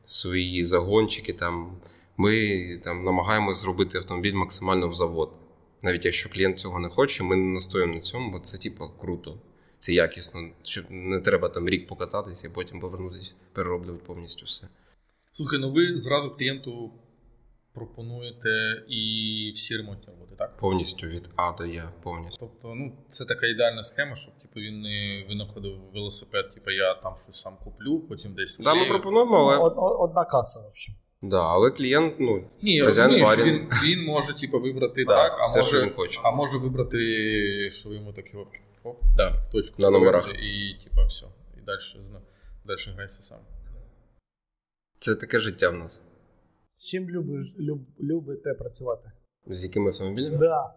Speaker 3: свої загончики. Там. Ми там намагаємося зробити автомобіль максимально в завод. Навіть якщо клієнт цього не хоче, ми не настоїмо на цьому, бо це типу круто, це якісно. Щоб не треба там рік покататися, а потім повернутися, перероблювати повністю все.
Speaker 2: Слухай, ну ви зразу клієнту пропонуєте і всі ремонтні роботи, так?
Speaker 3: Повністю від А до Я, повністю.
Speaker 2: Тобто, ну, це така ідеальна схема, щоб типу, він не винаходив велосипед, типу, я там щось сам куплю, потім десь.
Speaker 3: Да, ми
Speaker 2: склею.
Speaker 3: пропонуємо, але
Speaker 1: Ну, Од- о- одна каса, в общем.
Speaker 3: да, але клієнт, ну
Speaker 2: Ні, я
Speaker 3: Хазяїн
Speaker 2: розумію, що
Speaker 3: барин.
Speaker 2: він, він може типу, вибрати
Speaker 3: да,
Speaker 2: так, а,
Speaker 3: все,
Speaker 2: може,
Speaker 3: що він хоче.
Speaker 2: а може вибрати, що йому так його оп,
Speaker 3: Да.
Speaker 2: в точку
Speaker 3: На
Speaker 2: повести
Speaker 3: номерах.
Speaker 2: і типу, все. І далі, далі грається сам.
Speaker 3: Це таке життя в нас.
Speaker 1: З чим любиш, люб, любите працювати?
Speaker 3: З якими автомобілями?
Speaker 1: Да.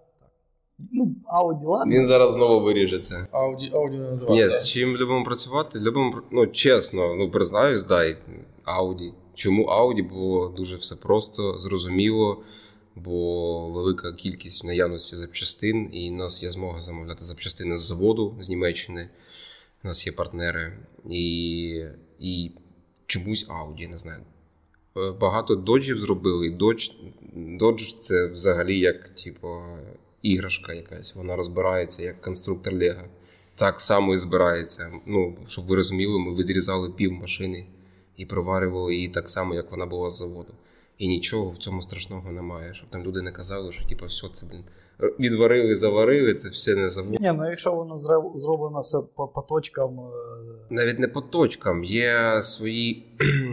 Speaker 1: Ну, Audi, ладно.
Speaker 3: Він зараз знову виріже це.
Speaker 2: Ауді, ауді не називати.
Speaker 3: Ні,
Speaker 2: так?
Speaker 3: з чим любимо працювати? Любимо, пр- ну чесно, ну признаюсь, да, і Audi. Чому Audi? Бо дуже все просто, зрозуміло, бо велика кількість в наявності запчастин, і в нас є змога замовляти запчастини з заводу з Німеччини. У нас є партнери. І, і чомусь Audi, не знаю. Е, Багато доджів зробили. і Додж, додж це взагалі як, типу, іграшка якась. Вона розбирається як конструктор Лего. Так само і збирається. Ну, щоб ви розуміли, ми відрізали пів машини і проварювали її так само, як вона була з заводу. І нічого в цьому страшного немає. Щоб там люди не казали, що типу, все це, блін, відварили, заварили, це все не завод.
Speaker 1: Ні, ну якщо воно зре- зроблено все по, по точкам, е,
Speaker 3: навіть не по точкам, є свої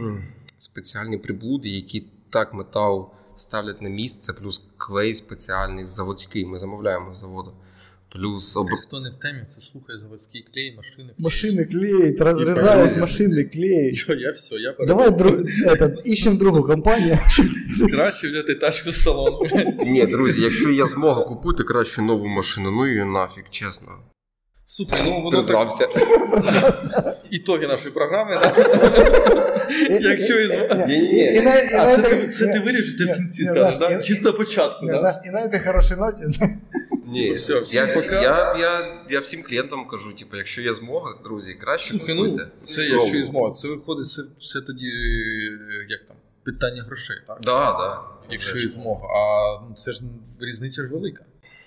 Speaker 3: спеціальні приблуди, які так метал ставлять на місце, плюс клей спеціальний заводський. Ми замовляємо з заводу. Плюс об...
Speaker 2: Хто не в темі, це слухає заводський клей, машини. клей.
Speaker 1: машини клеють, розрізають,
Speaker 3: І-
Speaker 1: машини клеють.
Speaker 2: Що, я все, я перед...
Speaker 1: Давай дру... этот, ищем другу компанію.
Speaker 2: краще взяти тачку з салону.
Speaker 3: Ні, друзі, якщо я змогу купити краще нову машину, ну її нафіг, чесно.
Speaker 2: Слухай, ну воно так...
Speaker 3: Признався.
Speaker 2: ітоги нашої програми, так? Якщо і з-
Speaker 1: Ні,
Speaker 3: Ні, ні,
Speaker 1: і- і
Speaker 3: ні.
Speaker 1: на- і на
Speaker 2: А це,
Speaker 1: этой-
Speaker 2: ти- це ти вирішиш, ти в кінці
Speaker 1: Ні,
Speaker 2: скажеш,
Speaker 1: знаєш,
Speaker 2: так?
Speaker 1: і-
Speaker 2: Чи з на початку,
Speaker 1: Ні,
Speaker 2: так?
Speaker 1: знаєш, і на этой хорошій ноті
Speaker 3: Ні,
Speaker 2: Ну, все,
Speaker 3: я,
Speaker 2: всім
Speaker 3: всі-
Speaker 2: пока.
Speaker 3: я, я, я всім клієнтам кажу, типу, якщо є змога, друзі, краще
Speaker 2: Слухай, ну,
Speaker 3: купуйте.
Speaker 2: це
Speaker 3: Нову.
Speaker 2: якщо і змога, це виходить, це, це тоді, е, як там, питання грошей, так?
Speaker 3: Да, да.
Speaker 2: Якщо і змога, а ну, це ж різниця ж велика.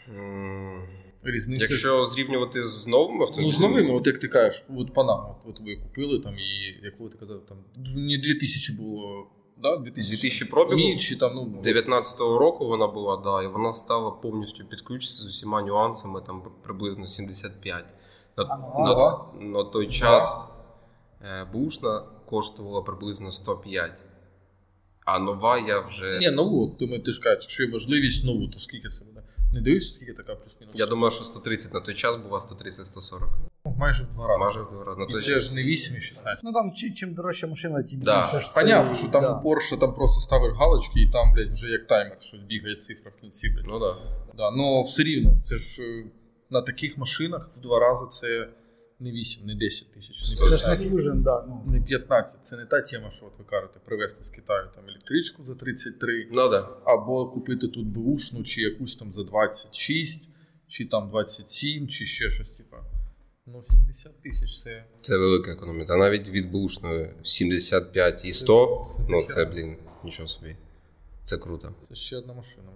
Speaker 3: М,
Speaker 2: Різниця ж...
Speaker 3: Якщо зрівнювати з новим
Speaker 2: Ну,
Speaker 3: автомобілем.
Speaker 2: з новими, от як ти кажеш, от Панама, от, от ви купили там, і як коли ти казав, там д- не 2000 було да? 2000,
Speaker 3: 2000 пробігу?
Speaker 2: Ні, чи там, ну,
Speaker 3: 19-го року вона була, да, і вона стала повністю під ключ з усіма нюансами, там приблизно 75. На,
Speaker 1: Ага.
Speaker 2: Ага.
Speaker 3: на, на той час е, бушна коштувала приблизно 105. А нова я вже.
Speaker 2: Ні, ну, нову, думаю, ти ж кажеш, що є можливість нову, то скільки це буде? Не дивишся, скільки така плюс-мінус?
Speaker 3: Я думаю, що 130 на той час була 130-140.
Speaker 2: Ну, майже в два рази.
Speaker 3: Майже в два рази. На
Speaker 2: І
Speaker 3: той
Speaker 2: це
Speaker 3: час.
Speaker 2: ж не 8 і 16.
Speaker 1: Ну там чи- чим дорожча машина, тим
Speaker 3: Да,
Speaker 1: більше ж це-
Speaker 2: Понятно, що там
Speaker 1: да.
Speaker 2: у Porsche там просто ставиш галочки і там, блядь, вже як таймер, що бігає цифра в кінці, блядь.
Speaker 3: Ну так. Да.
Speaker 2: Да, ну все рівно, це ж е, на таких машинах в два рази це не 8, не 10 тисяч, не
Speaker 1: Це ж не
Speaker 2: 15,
Speaker 1: фьюжн, да. Ну.
Speaker 2: не 15. Це не та тема, що от ви кажете, привезти з Китаю там електричку за 33,
Speaker 3: Ну да.
Speaker 2: або купити тут бушну чи якусь там за 26, чи там 27, чи ще щось, типа. Ну, 70 тисяч це.
Speaker 3: Це велика економія. А навіть від бушної 75 і 100,
Speaker 2: Це- це
Speaker 3: ну це,
Speaker 2: дохера.
Speaker 3: блін, нічого собі. Це круто.
Speaker 2: Це ще одна машина.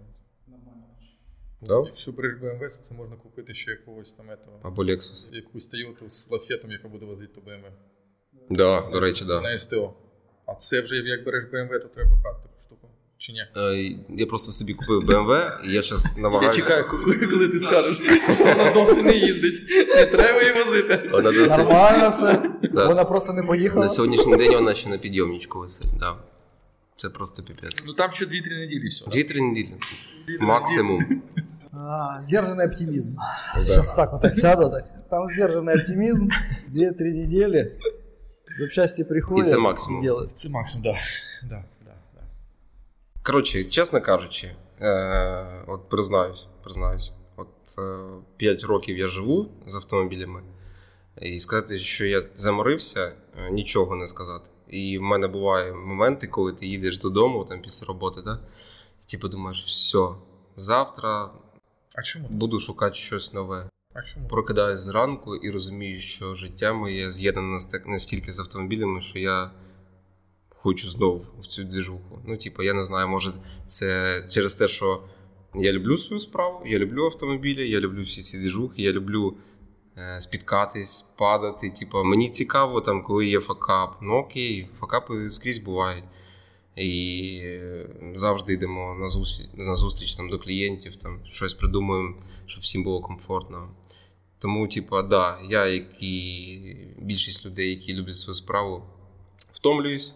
Speaker 3: Да?
Speaker 2: Якщо береш BMW, то це можна купити ще якогось там етого.
Speaker 3: Або Lexus.
Speaker 2: Якусь Toyota з лафетом, яка буде возити до BMW.
Speaker 3: Да, до речі, да.
Speaker 2: На СТО. А це вже як береш BMW, то треба брати таку штуку. Чи ні?
Speaker 3: Е, Я просто собі купив BMW, і я зараз
Speaker 2: Я
Speaker 3: намагаюся.
Speaker 2: чекаю, коли, коли ти скажеш, що вона досі не їздить. Не треба її возити.
Speaker 3: Вона досить.
Speaker 1: Нормально все.
Speaker 3: Да.
Speaker 1: Вона просто не поїхала.
Speaker 3: На сьогоднішній день вона ще на підйомничку висить, да. Це просто піпець.
Speaker 2: Ну там ще 2-3 неділі все.
Speaker 3: Дві-три неділі. Максимум.
Speaker 1: А, Сдержанный оптимизм. Сейчас так вот так сяду. Так. Там сдержанный оптимизм. Две-три недели. Запчасти приходят.
Speaker 3: И це максимум.
Speaker 1: и делают.
Speaker 2: Це максимум, да. Да, да, да.
Speaker 3: Коротше, чесно кажучи, е, от признаюсь, признаюсь, от 5 років я живу з автомобілями, і сказати, що я заморився, е, нічого не сказати. І в мене бувають моменти, коли ти їдеш додому там, після роботи, да? типу думаєш, все, завтра
Speaker 2: А чому?
Speaker 3: буду шукати щось нове.
Speaker 2: А чому?
Speaker 3: прокидаюсь зранку і розумію, що життя моє з'єднане наст- настільки з автомобілями, що я хочу знов в цю двіжуху. Ну, типу, я не знаю, може, це через те, що я люблю свою справу, я люблю автомобілі, я люблю всі ці двіжухи, я люблю е, спіткатись, падати. Типу, мені цікаво, там, коли є факап. Ну окей, факапи скрізь бувають. І е, завжди йдемо на зустріч, на зустріч там, до клієнтів, там, щось придумуємо, щоб всім було комфортно. Тому, типа, да, я, як і більшість людей, які люблять свою справу, втомлююсь.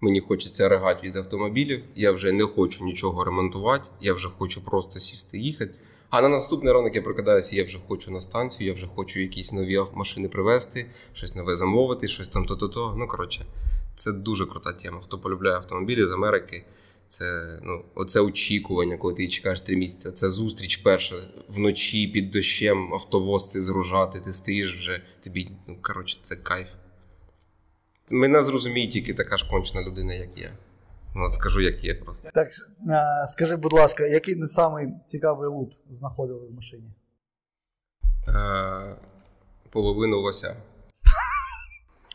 Speaker 3: Мені хочеться ригати від автомобілів. Я вже не хочу нічого ремонтувати, я вже хочу просто сісти і їхати. А на наступний ранок я прокидаюся, я вже хочу на станцію, я вже хочу якісь нові ав- машини привезти, щось нове замовити, щось там то-то-то. Ну, коротше, це дуже крута тема. Хто полюбляє автомобілі з Америки, це ну, оце очікування, коли ти чекаєш три місяці. Це зустріч перша вночі під дощем автовоз цей зружати, ти стоїш вже, тобі, ну коротше, це кайф. Мене зрозуміє тільки така ж кончена людина, як я. Ну, от скажу, як є просто.
Speaker 1: Так, а, скажи, будь ласка, який не самий цікавий лут знаходили в машині?
Speaker 3: Е, половину лося.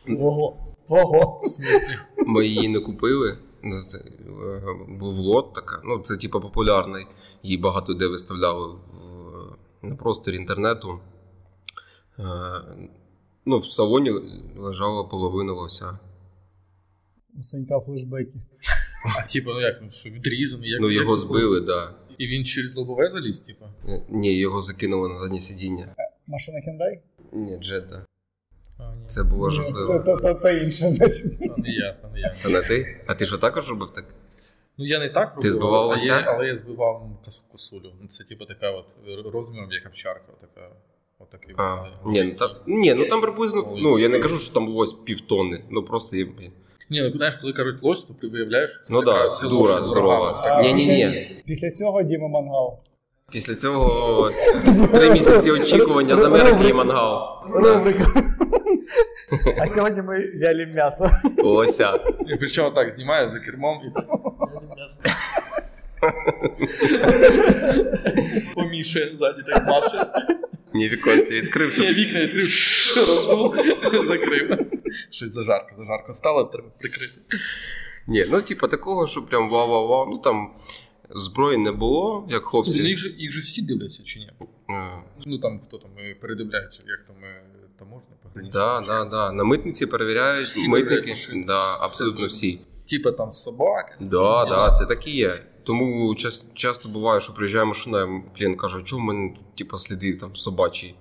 Speaker 1: Твого. Твого.
Speaker 2: В смислі?
Speaker 3: Ми її не купили. Ну, це, е, був лот така. Ну, це типу популярний. Її багато де виставляли в, на просторі інтернету. Е, ну, в салоні лежала половина лося.
Speaker 1: У Санька флешбеки.
Speaker 2: А типа, ну як, ну що відрізаний, як
Speaker 3: ну,
Speaker 2: це-
Speaker 3: його
Speaker 2: це-
Speaker 3: збили, так. Да.
Speaker 2: І він через лобове заліз, типу? типа.
Speaker 3: Е, Ні, його закинули на заднє сидіння.
Speaker 1: Машина Hyundai?
Speaker 3: Ні, джета.
Speaker 2: А, ні.
Speaker 3: Це було
Speaker 1: Ні, то-
Speaker 3: жахливо.
Speaker 1: то- то- то інше, значить.
Speaker 2: Та не я, та не я.
Speaker 3: Це не ти? А ти що також робив так?
Speaker 2: Ну я не так робив,
Speaker 3: збивав
Speaker 2: але,
Speaker 3: лося?
Speaker 2: я, але я збивав кос- косулю. Ну, Це типу така от розміром, як овчарка, така. Отакий.
Speaker 3: А, ні, ну, та, ні, ну там приблизно. Ну, я не кажу, що там лось півтонни. Ну просто є. блін.
Speaker 2: Ні, ну знаєш, коли кажуть лось, то ти виявляєш, що це
Speaker 3: Ну
Speaker 2: така
Speaker 3: так, да, дура,
Speaker 2: лось з рогами, з
Speaker 3: здорова.
Speaker 2: такими-
Speaker 3: Ні, ні, ні.
Speaker 1: Після цього Діма Мангал.
Speaker 3: Після цього три місяці очікування з Америки і мангал.
Speaker 1: Рубрика. А сьогодні ми вялі м'ясо. а
Speaker 3: Лося.
Speaker 2: І Причому так знімає за кермом і так. Помішує ззаді так маше.
Speaker 3: Ні, віконце відкрив, щоб
Speaker 2: Я вікна відкрив, роздув, закрив. Щось зажарка, зажарка стала, треба прикрити.
Speaker 3: Ні, ну типа такого, що прям ва-ва-ва. Ну там зброї не було,
Speaker 2: Слухай,
Speaker 3: як
Speaker 2: ну,
Speaker 3: хлопці.
Speaker 2: Їх же, їх же всі дивляться чи ні?
Speaker 3: Е,
Speaker 2: Ну там хто там е, передивляється, як там е, таможня погранична.
Speaker 3: Да, да, да. На митниці перевіряють
Speaker 2: Всі перевіряють
Speaker 3: митники.
Speaker 2: машини.
Speaker 3: Да,
Speaker 2: Все
Speaker 3: абсолютно
Speaker 2: добре.
Speaker 3: всі.
Speaker 2: типа там собаки.
Speaker 3: Да, да, це так і є. Тому час, часто буває, що приїжджає машина, клієнт каже, чому в мене тут, типу, сліди там собачі.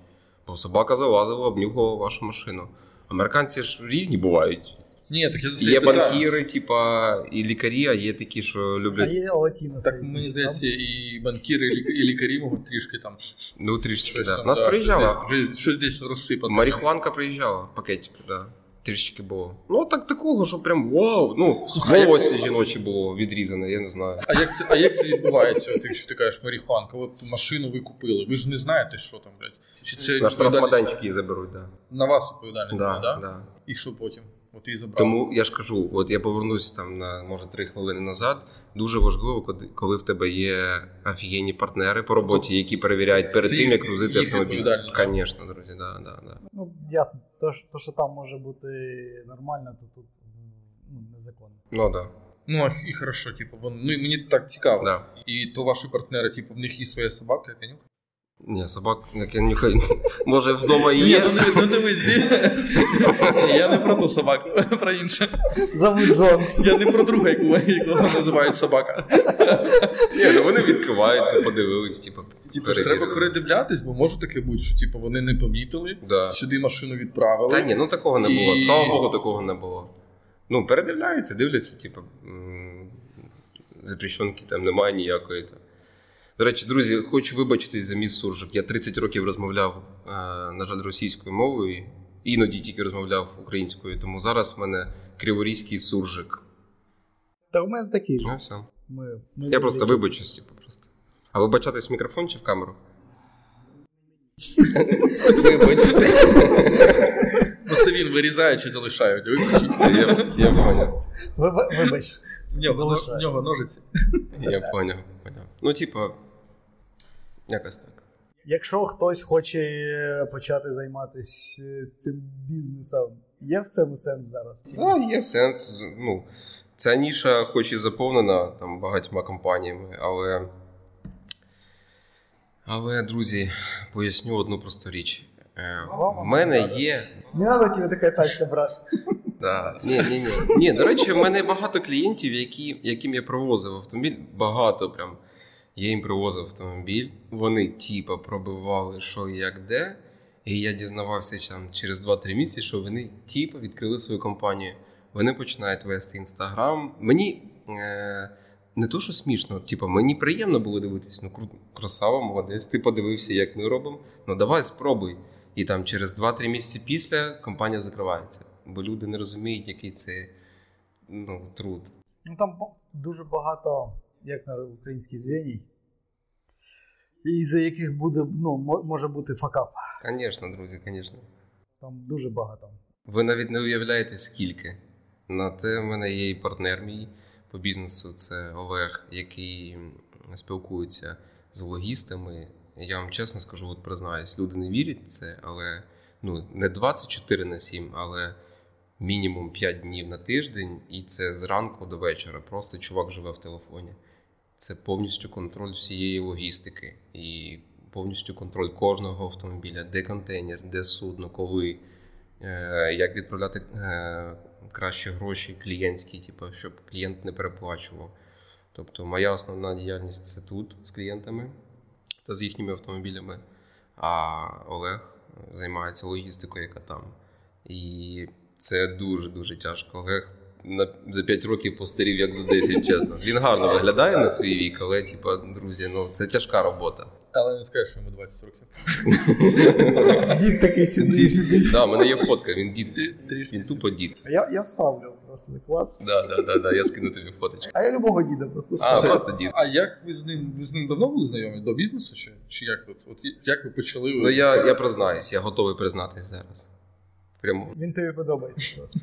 Speaker 3: Бо собака залазила, обнюхала вашу машину. Американці ж різні бувають.
Speaker 2: Ні, так я за це і
Speaker 3: Є
Speaker 2: питаю.
Speaker 3: банкіри, типа, і лікарі, а є такі, що
Speaker 1: А
Speaker 3: люблять.
Speaker 1: є латіна
Speaker 2: Так мені здається, і банкіри, і лік- і лікарі можуть трішки там
Speaker 3: Ну, трішечки,
Speaker 2: щось
Speaker 3: да.
Speaker 2: там.
Speaker 3: Нас
Speaker 2: да,
Speaker 3: приїжджала.
Speaker 2: щось десь- Щось десь розсипати.
Speaker 3: Марихуанка приїжджала, пакетик, да. Трішечки було. Ну, так такого, що прям вау. Ну,
Speaker 2: Слухай,
Speaker 3: волосся
Speaker 2: як-
Speaker 3: жіноче було відрізане, я не знаю.
Speaker 2: А як це, а як це відбувається, от, якщо ти кажеш марихуанка, от машину ви купили, ви ж не знаєте, що там, блядь. Чи це
Speaker 3: На
Speaker 2: відповідальність-
Speaker 3: штрафмаданчик її заберуть, да.
Speaker 2: на вас відповідальність,
Speaker 3: Да,
Speaker 2: да, да?
Speaker 3: да.
Speaker 2: І що потім? От її забрали.
Speaker 3: Тому я ж кажу, от я повернусь там на може три хвилини назад. Дуже важливо, коли- коли в тебе є офігенні партнери по роботі, які перевіряють перед
Speaker 2: Це
Speaker 3: тим,
Speaker 2: їх-
Speaker 3: як грузити
Speaker 2: їх
Speaker 3: автомобіль.
Speaker 2: відповідальність.
Speaker 3: Звісно, друзі, да, да, да.
Speaker 1: Ну, ясно, то, що- то, що там може бути нормально, то тут ну, незаконно.
Speaker 3: Ну да.
Speaker 2: Ну а і хорошо, типу, вон, ну і мені так цікаво.
Speaker 3: да.
Speaker 2: І то ваші партнери, типу, в них є своя собака, яка нюхає?
Speaker 3: Ні, собак, як я нюхаю. Може, вдома і є.
Speaker 2: ну, ну дивись, я не про ту собаку, про інше.
Speaker 1: Зовут Джон.
Speaker 2: Я не про друга, якого, якого називають собака.
Speaker 3: Ні, ну вони відкривають, не подивились, типу.
Speaker 2: Типу, ж треба передивлятись, бо може таке бути, що типу вони не помітили,
Speaker 3: Да.
Speaker 2: сюди машину відправили.
Speaker 3: Та ні, ну такого не
Speaker 2: І-
Speaker 3: було. Слава Богу, такого не було. Ну, передивляються, дивляться, типу, м, запрещенки там немає ніякої. Та. До речі, друзі, хочу вибачитись за мій суржик. Я 30 років розмовляв, е, на жаль, російською мовою, іноді тільки розмовляв українською, тому зараз в мене криворізький суржик.
Speaker 1: Та в мене такий же.
Speaker 3: Ну, все.
Speaker 1: Ми, ми
Speaker 3: Я
Speaker 1: зовут
Speaker 3: просто
Speaker 1: Джон.
Speaker 3: вибачусь, типу, просто. А вибачатись в мікрофон чи в камеру? Вибачте.
Speaker 2: Бо це він вирізає чи залишає. Виключіть.
Speaker 3: Я, я поняв.
Speaker 1: Виба- Вибач.
Speaker 2: В нього,
Speaker 1: Залишає.
Speaker 2: в нього ножиці.
Speaker 3: Я поняв, поняв. Ну, типа, якось так.
Speaker 1: Якщо хтось хоче е, почати займатися е, цим бізнесом, є в цьому сенс зараз? Чи ні?
Speaker 3: Так, є сенс. з- Ну, ця ніша, хоч і заповнена там багатьма компаніями, але. Але, друзі, поясню одну просту річ. Е, В мене є
Speaker 1: Не треба тебе така тачка брати.
Speaker 3: Да. Ні, ні, ні. ні, до речі, в мене багато клієнтів, які, яким я привозив автомобіль. Багато прям. Я їм привозив автомобіль. Вони типа пробивали, що як де. І я дізнавався що там через 2-3 місяці, що вони типа відкрили свою компанію. Вони починають вести інстаграм. Мені е, не то, що смішно, типа, мені приємно було дивитись, ну кру, красава, молодець. Ти подивився, як ми робимо. Ну давай спробуй. І там через 2-3 місяці після компанія закривається, бо люди не розуміють, який це ну, труд.
Speaker 1: Ну там ба- дуже багато, як на українській звеній, і за яких буде, ну, мо- може бути факап.
Speaker 3: Звісно, друзі, звісно.
Speaker 1: Там дуже багато.
Speaker 3: Ви навіть не уявляєте скільки. На те в мене є і партнер мій по бізнесу. Це Олег, який спілкується з логістами. Я вам чесно скажу, от признаюсь, люди не вірять в це, але ну не 24 на 7, але мінімум 5 днів на тиждень, і це зранку до вечора. Просто чувак живе в телефоні. Це повністю контроль всієї логістики і повністю контроль кожного автомобіля, де контейнер, де судно, коли е, як відправляти е, краще гроші клієнтські, типу, щоб клієнт не переплачував. Тобто, моя основна діяльність це тут з клієнтами та з їхніми автомобілями. А Олег займається логістикою, яка там. І це дуже-дуже тяжко. Олег на, за 5 років постарів, як за 10, чесно. Він гарно виглядає на свій вік, але, типу, друзі, ну це тяжка робота.
Speaker 2: Але не скажеш, що йому 20 років.
Speaker 1: Дід такий сидить, сидить.
Speaker 3: Так, в мене є фотка, він дід.
Speaker 2: Трішки.
Speaker 3: Він тупо дід.
Speaker 1: А Я, я вставлю просто клац.
Speaker 3: Да, да, да, да, я скину тобі фоточку.
Speaker 1: А я любого діда просто
Speaker 3: А,
Speaker 1: ставлю.
Speaker 3: просто дід.
Speaker 2: А як ви з ним ви з ним давно були знайомі? До бізнесу чи, чи як? От, от як ви почали?
Speaker 3: Ну я, я признаюсь, я готовий признатись зараз. Прямо.
Speaker 1: Він тобі подобається просто.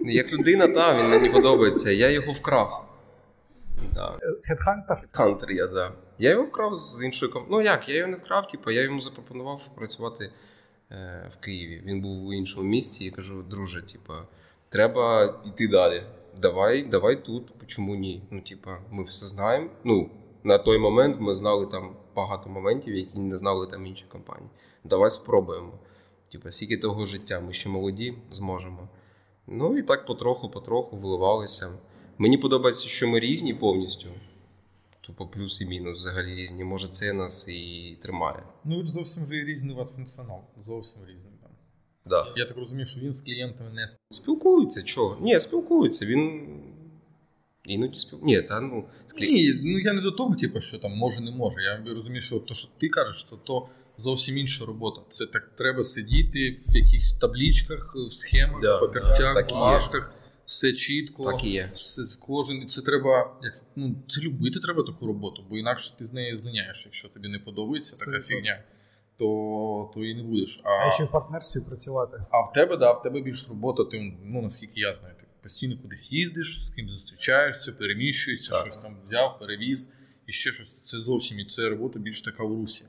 Speaker 3: Ну, Як людина, та, він мені подобається, я його вкрав. Да.
Speaker 1: Е, Хедхантер?
Speaker 3: Хантер я, да. Я його вкрав з іншої компанії. Ну як, я його не вкрав, типу, я йому запропонував працювати е, в Києві. Він був у іншому місці і кажу, друже, типу, треба йти далі. Давай, давай тут, чому ні? Ну, типу, ми все знаємо. Ну, на той момент ми знали там багато моментів, які не знали там інші компанії. Давай спробуємо. Типу, скільки того життя, ми ще молоді, зможемо. Ну і так потроху-потроху виливалися. Мені подобається, що ми різні повністю. Тупо плюс і мінус взагалі різні. Може, це нас і тримає.
Speaker 2: Ну, зовсім вже різний у вас функціонал. Зовсім різний там.
Speaker 3: Да.
Speaker 2: Я так розумію, що він з клієнтами не спілкується.
Speaker 3: Спілкуються, чого? Ні, спілкуються. Він. Іноді спілкується. Ні, та ну. склі-
Speaker 2: Ні, ну я не до того, типу, що там може, не може. Я розумію, що то, що ти кажеш, то, то зовсім інша робота. Це так треба сидіти в якихось таблічках, в схемах,
Speaker 3: Да,
Speaker 2: в папірцях,
Speaker 3: да, так і є.
Speaker 2: бумажках, все чітко.
Speaker 3: Так і є.
Speaker 2: Все з кожен. Це треба. Як, ну, це любити треба таку роботу, бо інакше ти з неї злиняєш. Якщо тобі не подобається така
Speaker 1: 100%.
Speaker 2: фігня, то, то і не будеш. А,
Speaker 1: А ще в партнерстві працювати.
Speaker 2: а в тебе, да, в тебе більш робота, ти, ну, наскільки я знаю, ти постійно кудись їздиш, з ким зустрічаєшся, переміщуєшся,
Speaker 3: Так.
Speaker 2: щось там взяв, перевіз і ще щось. Це зовсім і це робота більш така в русі.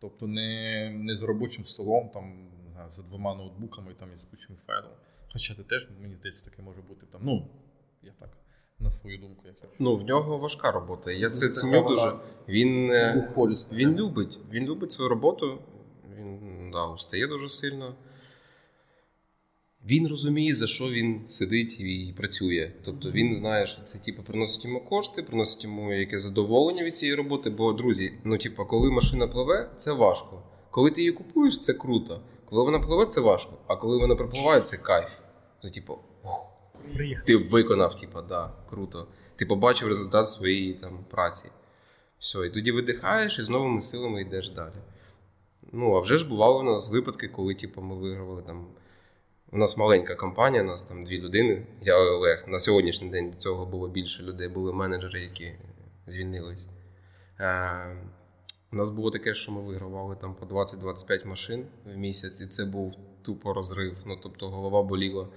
Speaker 2: Тобто не, не за робочим столом, там, не знаю, за двома ноутбуками там, і з кучами файлів. Хоча ти теж, мені здається, таке може бути там. Ну, я так, на свою думку, як я.
Speaker 3: Ну, в нього важка робота. Я це
Speaker 2: Це
Speaker 3: ціню
Speaker 2: така
Speaker 3: дуже.
Speaker 2: вона
Speaker 3: Він. е,
Speaker 2: Двухполюсна.
Speaker 3: Він любить, він любить свою роботу, він да, устає дуже сильно. Він розуміє, за що він сидить і працює. Тобто він знає, що це типу, приносить йому кошти, приносить йому яке задоволення від цієї роботи. Бо, друзі, ну типу, коли машина пливе, це важко. Коли ти її купуєш, це круто. Коли вона пливе, це важко. А коли вона припливає, це кайф. Ну, типу,
Speaker 1: Приїхати.
Speaker 3: ти виконав, типу, да, круто. Ти побачив результат своєї там праці. Все, і тоді видихаєш і з новими силами йдеш далі. Ну, а вже ж бували у нас випадки, коли типу, ми вигравали там. У нас маленька компанія, нас там дві людини. Я і Олег. На сьогоднішній день до цього було більше людей, були менеджери, які звільнились. Е, у нас було таке, що ми вигравали там по 20-25 машин в місяць, і це був тупо розрив. Ну, тобто голова боліла.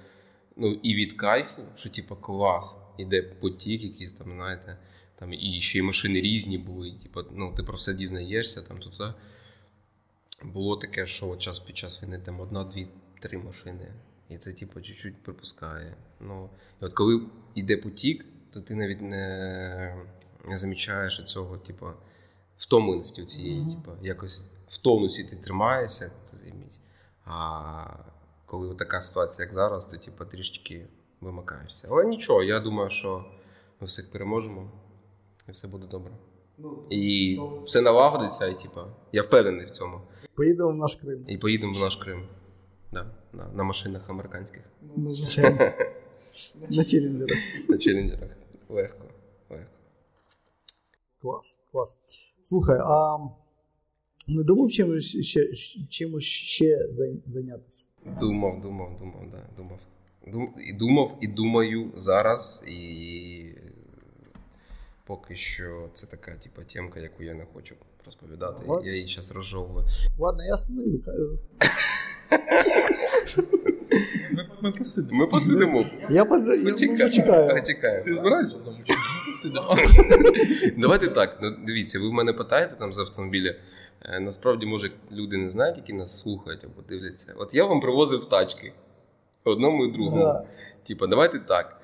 Speaker 3: Ну, і від кайфу, що типу клас, іде потік, якийсь там, знаєте, там і ще й машини різні були. і, Типу, ну, ти про все дізнаєшся там туди. Було таке, що от час під час війни там одна, дві, три машини. І це, типу, чуть-чуть припускає. Ну, і от коли йде потік, то ти навіть не, не замічаєш цього, типу, втомленості цієї,
Speaker 1: Мгм.
Speaker 3: типу, якось в тонусі ти тримаєшся, це займіть. А коли от така ситуація, як зараз, то типу, трішечки вимикаєшся. Але нічого, я думаю, що ми всіх переможемо, і все буде добре.
Speaker 1: Ну,
Speaker 3: І все налагодиться, і типу, я впевнений в цьому.
Speaker 1: поїдемо в наш Крим.
Speaker 3: І поїдемо в наш Крим. Да, на, на машинах американських,
Speaker 1: Ну, звичайно. На челленджерах.
Speaker 3: на челленджерах. Легко. Легко.
Speaker 1: Клас, клас. Слухай, а не думав чимось ще, чимось ще зай- зайнятися?
Speaker 3: Думав, думав, думав, да, думав. Дум, і думав, і думаю зараз, і поки що це така, типу, темка, яку я не хочу розповідати.
Speaker 1: Ага.
Speaker 3: Я її зараз розжовую.
Speaker 1: Ладно, я остановлю.
Speaker 2: Ми, ми посидимо.
Speaker 3: Ми посидимо.
Speaker 1: Я, под- я
Speaker 3: Почекаємо.
Speaker 1: почекаю.
Speaker 3: Почекаємо.
Speaker 2: Ти збираєшся в тому чи ми посидимо?
Speaker 3: Давайте так. Ну дивіться, ви в мене питаєте там з автомобіля. Е, Насправді, може, люди не знають, які нас слухають або дивляться. От я вам привозив тачки. Одному і другому.
Speaker 1: Да.
Speaker 3: Типа, давайте так.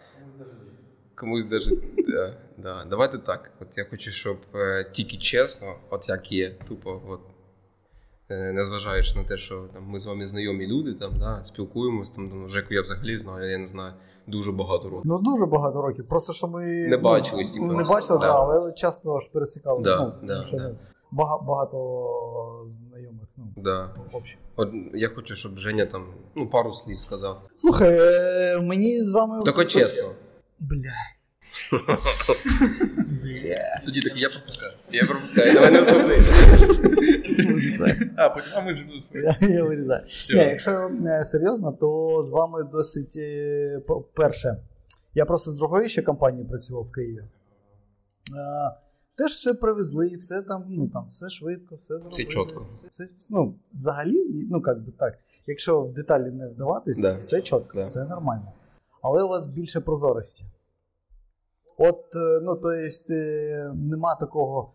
Speaker 3: Комусь даже. Да, да, давайте так. От я хочу, щоб е, тільки чесно, от як є, тупо, от. е, Незважаючи на те, що там, ми з вами знайомі люди, там, да, спілкуємось, там, там, Жеку я взагалі знаю, я не знаю, дуже багато років.
Speaker 1: Ну дуже багато років. Просто що ми
Speaker 3: Не бачились, типу.
Speaker 1: Ну, не бачили,
Speaker 3: Да.
Speaker 1: да, але часто ж пересікалися.
Speaker 3: Да,
Speaker 1: ну,
Speaker 3: да,
Speaker 1: тому що,
Speaker 3: да.
Speaker 1: ну, бага- багато знайомих. Ну,
Speaker 3: Да.
Speaker 1: общих.
Speaker 3: От я хочу, щоб Женя там ну, пару слів сказав.
Speaker 1: Слухай, е, мені з вами.
Speaker 3: Так от чесно.
Speaker 1: Бля.
Speaker 2: Тоді так я пропускаю.
Speaker 3: Я пропускаю, давай не основний.
Speaker 2: А, потім- а ми ж
Speaker 1: Я, я вирізаю. Ні, якщо е, серйозно, то з вами досить е, по- перше. Я просто з другої ще компанії працював в Києві. Е, Теж все привезли, все там, ну там все швидко, все зробили.
Speaker 3: Все чітко.
Speaker 1: Все, ну, взагалі, ну як би так, якщо в деталі не вдаватись,
Speaker 3: Да.
Speaker 1: все чітко,
Speaker 3: Да.
Speaker 1: все нормально. Але у вас більше прозорості. От, е, ну, то есть, е, нема такого.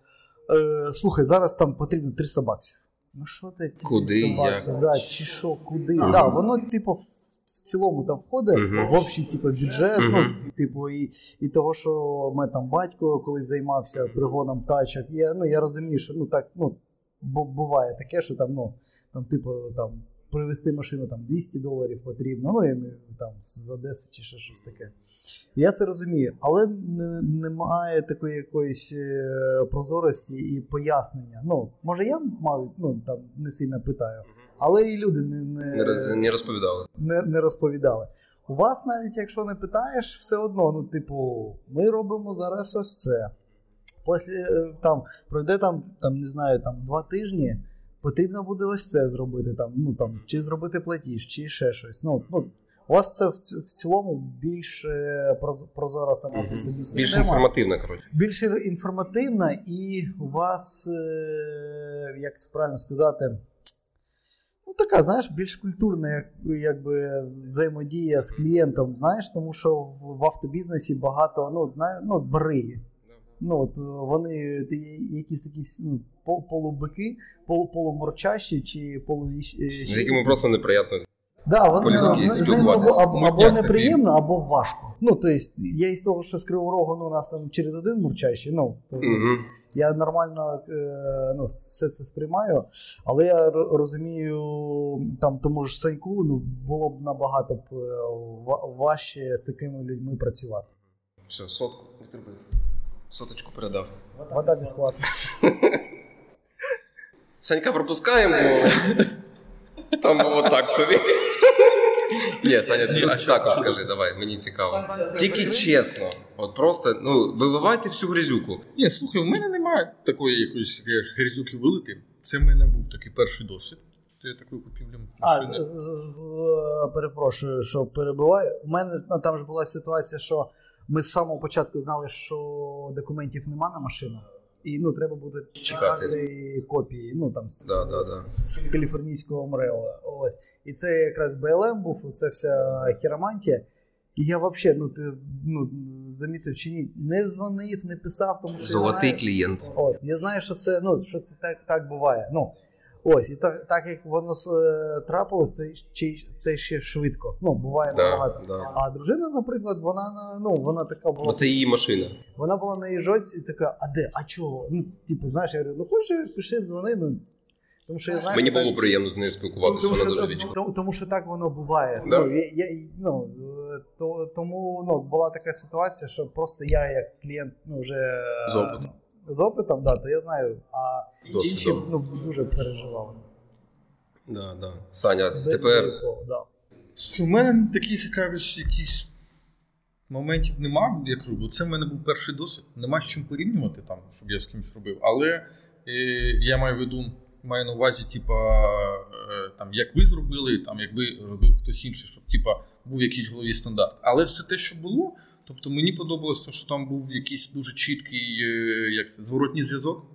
Speaker 1: Е, слухай, зараз там потрібно 300 баксів. Ну що ти ті
Speaker 3: Куди,
Speaker 1: 300 баксів?
Speaker 3: як?
Speaker 1: Да, чи що, куди?
Speaker 3: Мгм.
Speaker 1: Да, воно, типу, в, в цілому там входить,
Speaker 3: Мгм.
Speaker 1: в общий типу, бюджет,
Speaker 3: Мгм.
Speaker 1: ну, типу, і, і того, що ми там батько колись займався пригоном тачок. Я, ну, я розумію, що ну, так, ну, бу- буває таке, що там, ну, там, типу, там. привезти машину там 200 доларів потрібно, ну я маю, там з Одеси чи ще щось таке. Я це розумію, але не- немає такої якоїсь е, прозорості і пояснення. Ну, може, я мав ну, там не сильно питаю, але і люди не, не,
Speaker 3: Не, роз- не розповідали.
Speaker 1: не, не розповідали. У вас навіть якщо не питаєш, все одно, ну, типу, ми робимо зараз ось це. Після, е, там, пройде там, там, не знаю, там, два тижні, потрібно буде ось це зробити, там, ну, там, чи зробити платіж, чи ще щось. Ну, ну, у вас це в, ц- в цілому більш е, проз- прозора сама по
Speaker 3: Мгм.
Speaker 1: собі система
Speaker 3: Більш інформативно, коротше.
Speaker 1: більш інформативна, і у вас, е, як це правильно сказати, ну така, знаєш, більш культурна як, якби, взаємодія з клієнтом, знаєш, тому що в, в автобізнесі багато ну, зна- ну, от бариги. Ну, от е, вони ти, якісь такі всі, ну, пол- полубики, пол, полуморчащі чи полувіщі.
Speaker 3: З якими просто неприємно.
Speaker 1: Да, вони
Speaker 3: По-людськи
Speaker 1: з- з ними або,
Speaker 3: спілкуватися.
Speaker 1: або, або
Speaker 2: Мудняк
Speaker 1: неприємно, або важко. Ну, то есть, я із того, що з Кривого Рогу ну, у нас там через один мурчащий, ну, то
Speaker 3: Угу.
Speaker 1: я нормально е, ну, все це сприймаю, але я ро- розумію, там тому ж Саньку ну, було б набагато б, е, ва- важче з такими людьми працювати.
Speaker 3: Все, сотку відробив. Соточку передав.
Speaker 1: Вода безплатна.
Speaker 3: Санька пропускаємо. бо Там було так собі. Ні, Саня,
Speaker 2: Ні, а
Speaker 3: ти
Speaker 2: що?
Speaker 3: також скажи, давай, мені цікаво. Тільки чесно, от просто ну, виливайте всю грязюку.
Speaker 2: Ні, слухай, у мене немає такої якоїсь як, грізюки вилити. Це в мене був такий перший досвід. То я такою купівлю
Speaker 1: А, з-
Speaker 2: машини.
Speaker 1: з- з- в- перепрошую, що перебиваю. У мене ну, там ж була ситуація, що ми з самого початку знали, що документів нема на машину, і ну треба буде
Speaker 3: Чекати.
Speaker 1: чекати копії. Ну там з-
Speaker 3: Да, да, да.
Speaker 1: з каліфорнійського МРЕО. Ось. І це якраз БЛМ був, це вся хіромантія. І я взагалі, ну ти ну, замітив чи ні, не дзвонив, не писав, тому що. я
Speaker 3: Золотий
Speaker 1: знаю-
Speaker 3: клієнт.
Speaker 1: От, я знаю, що це, ну, що це так, так буває. Ну, ось, і так, так як воно е, трапилось, це, чи, це ще швидко. Ну, буває
Speaker 3: Да,
Speaker 1: набагато.
Speaker 3: да.
Speaker 1: А дружина, наприклад, вона на- ну, вона така була.
Speaker 3: Бо це її машина.
Speaker 1: Вона була на їжоці і така, а де? А чого? Ну, типу, знаєш, я говорю, ну хочеш, пиши, дзвони, ну. Тому що я знаю,
Speaker 3: Мені
Speaker 1: що так-
Speaker 3: було приємно з нею спілкуватися, вона
Speaker 1: Ну, тому,
Speaker 3: дуже
Speaker 1: що,
Speaker 3: відчула.
Speaker 1: тому, тому що так воно буває.
Speaker 3: Да.
Speaker 1: Ну, я, я, ну, е, то, тому ну, була така ситуація, що просто я, як клієнт, ну вже е,
Speaker 2: З опитом.
Speaker 1: з опитом, да, то я знаю, а
Speaker 3: досвідом.
Speaker 1: інші ну, дуже переживали.
Speaker 3: Да, да. Саня,
Speaker 1: Де-
Speaker 3: тепер
Speaker 1: де слово, да.
Speaker 2: Слухай, у мене таких якихось якісь моментів нема, я кажу, бо це в мене був перший досвід. Нема з чим порівнювати там, щоб я з кимось робив. Але е, я маю в виду, маю на увазі, типа, е, там, як ви зробили, там, якби робив хтось інший, щоб типа, був якийсь в голові стандарт. Але все те, що було, тобто мені подобалось, те, що там був якийсь дуже чіткий е, як це, зворотній зв'язок.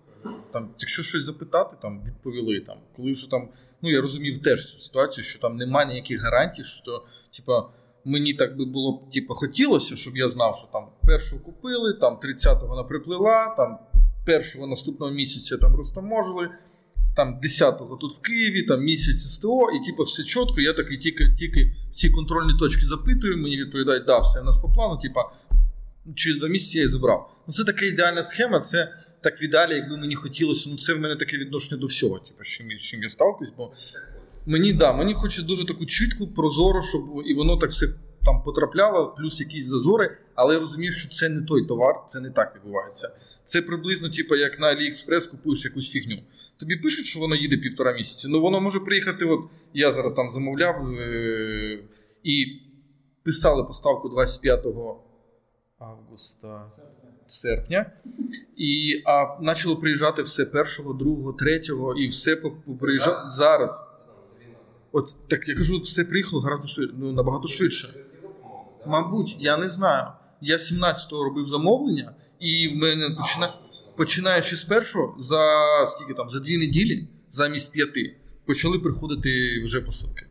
Speaker 2: Там, якщо щось запитати, там відповіли. Там, коли вже там ну я розумів теж цю ситуацію, що там немає ніяких гарантій, що типа. Мені так би було б типа, хотілося, щоб я знав, що там першого купили, там 30-го вона приплила, там першого наступного місяця там розтаможили, там 10-го тут в Києві, там місяць СТО, і типа все чітко. Я такий тільки, тільки в ці контрольні точки запитую, мені відповідають, да, все у нас по плану, типа через два місяці я і забрав. Ну це така ідеальна схема, це так в ідеалі, якби мені хотілося. Ну це в мене таке відношення до всього, типу, з чим, я- з чим я сталкуюсь, бо мені да, мені хочеться дуже таку чітку, прозору, щоб і воно так все там потрапляло, плюс якісь зазори, але я розумів, що це не той товар, це не так відбувається. Це приблизно, типу, як на AliExpress купуєш якусь фігню. Тобі пишуть, що воно їде півтора місяці. Ну воно може приїхати. От я зараз там замовляв е- і писали поставку 25 августа серпня. І а почало приїжджати все першого, другого, третього, і все по- по- приїжджа зараз. От так я кажу, все приїхало гораздо швидше, ну, набагато швидше. Мабуть, я не знаю. Я 17-го робив замовлення, і в мене почина... починаючи з першого, за скільки там, за дві неділі, замість п'яти, почали приходити вже посилки.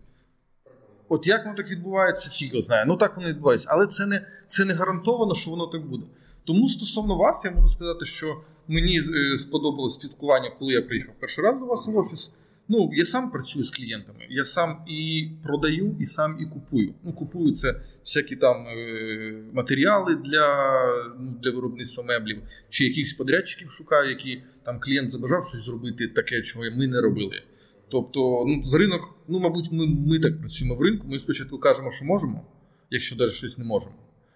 Speaker 2: От як воно так відбувається, фіг його знає. Ну так воно відбувається. Але це не, це не гарантовано, що воно так буде. Тому стосовно вас, я можу сказати, що мені е, сподобалось спілкування, коли я приїхав перший раз до вас в офіс. Ну, я сам працюю з клієнтами. Я сам і продаю, і сам і купую. Ну, купую це всякі там е, матеріали для, ну, для виробництва меблів, чи якихось подрядчиків шукаю, які там клієнт забажав щось зробити, таке, чого ми не робили. Тобто, ну, з ринок, ну, мабуть, ми, ми так працюємо в ринку. Ми спочатку кажемо, що можемо, якщо навіть щось не можемо,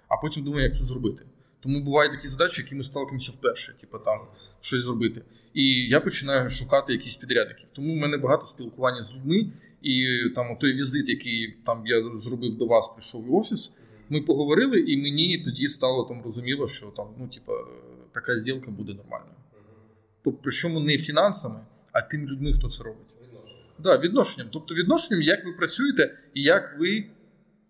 Speaker 2: а потім думаємо, як це зробити. Тому бувають такі задачі, які ми сталкуємося вперше, типу там щось зробити. І я починаю шукати якісь підрядників. Тому в мене багато спілкування з людьми, і там той візит, який там я зробив до вас, прийшов в офіс. Ми поговорили, і мені тоді стало там розуміло, що там, ну, типа, така зділка буде нормальною. Тобто, причому не фінансами, а тим людьми, хто це робить. Да, відношенням. Тобто відношенням, як ви працюєте, і як ви,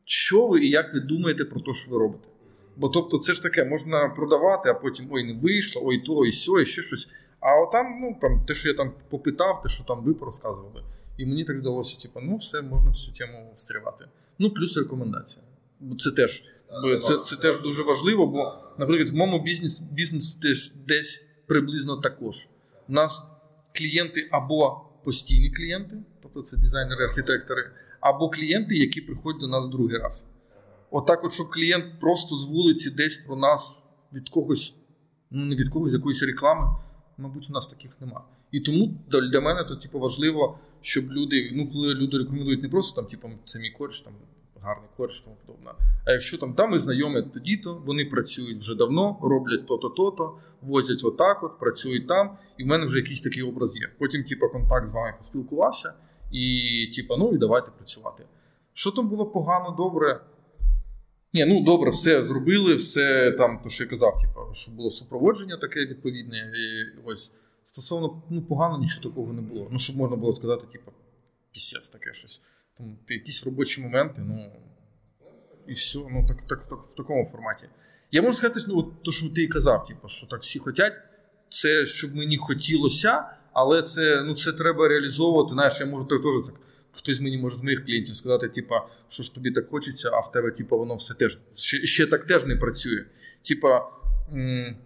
Speaker 2: що ви і як ви думаєте про те, що ви робите. Бо тобто, це ж таке, можна продавати, а потім ой, не вийшло, ой, то, і сьо, і ще щось. А отам, ну там те, що я там попитав, те, що там ви порозказували. І мені так здалося, типу, ну все, можна всю тему встрівати. Ну, плюс рекомендація. Бо Це теж, бо це, це теж дуже важливо, бо, наприклад, в моєму бізнес, бізнес десь, десь приблизно також. У нас клієнти або постійні клієнти, тобто це дизайнери, архітектори, або клієнти, які приходять до нас другий раз. Отак, от, щоб клієнт просто з вулиці десь про нас від когось, ну не від когось, з якоїсь реклами, мабуть, у нас таких нема. І тому для- для мене то типу, важливо, щоб люди, ну коли люди рекомендують не просто там, типу, це мій кореш, там гарний кореш, тому подобне. А якщо там там ми знайомі тоді, то вони працюють вже давно, роблять то-то, то-то, возять отак, от працюють там, і в мене вже якийсь такий образ є. Потім, типу, контакт з вами поспілкувався, і типу, ну і давайте працювати. Що там було погано, добре? Ні, ну добре, все зробили, все там, то що я казав, типу, що було супроводження таке відповідне. І ось стосовно ну, погано нічого такого не було. Ну, щоб можна було сказати, типу, пісець таке щось. Там якісь робочі моменти, ну і все, ну так, так, так в такому форматі. Я можу сказати, ну, от, то, що ти і казав, типу, що так всі хотять, це щоб мені хотілося, але це, ну, це треба реалізовувати. Знаєш, я можу так теж так. Хтось мені може з моїх клієнтів сказати, типа, що ж тобі так хочеться, а в тебе, типа, воно все теж ще, ще так теж не працює. Типа, м,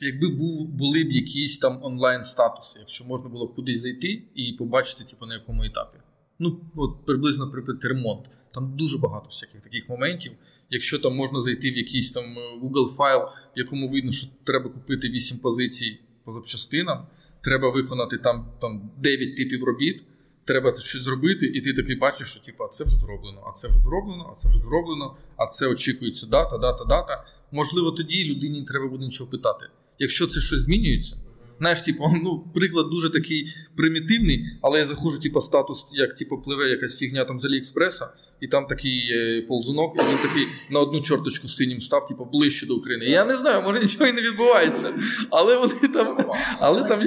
Speaker 2: якби був, були б якісь там онлайн статуси, якщо можна було б кудись зайти і побачити, типу, на якому етапі. Ну, от приблизно, наприклад, ремонт. Там дуже багато всяких таких моментів. Якщо там можна зайти в якийсь там е, Google файл, в якому видно, що треба купити 8 позицій по запчастинам, треба виконати там, там 9 типів робіт, треба це щось зробити, і ти такий бачиш, що типу, а це вже зроблено, а це вже зроблено, а це вже зроблено, а це очікується дата, дата, дата. Можливо, тоді людині не треба буде нічого питати. Якщо це щось змінюється, знаєш, типу, ну, приклад дуже такий примітивний, але я заходжу, типу, статус, як типу, пливе якась фігня там з Аліекспреса, і там такий е, ползунок, і він такий на одну чорточку синім став, типу, ближче до України. Я не знаю, може нічого і не відбувається. Але вони там. Але там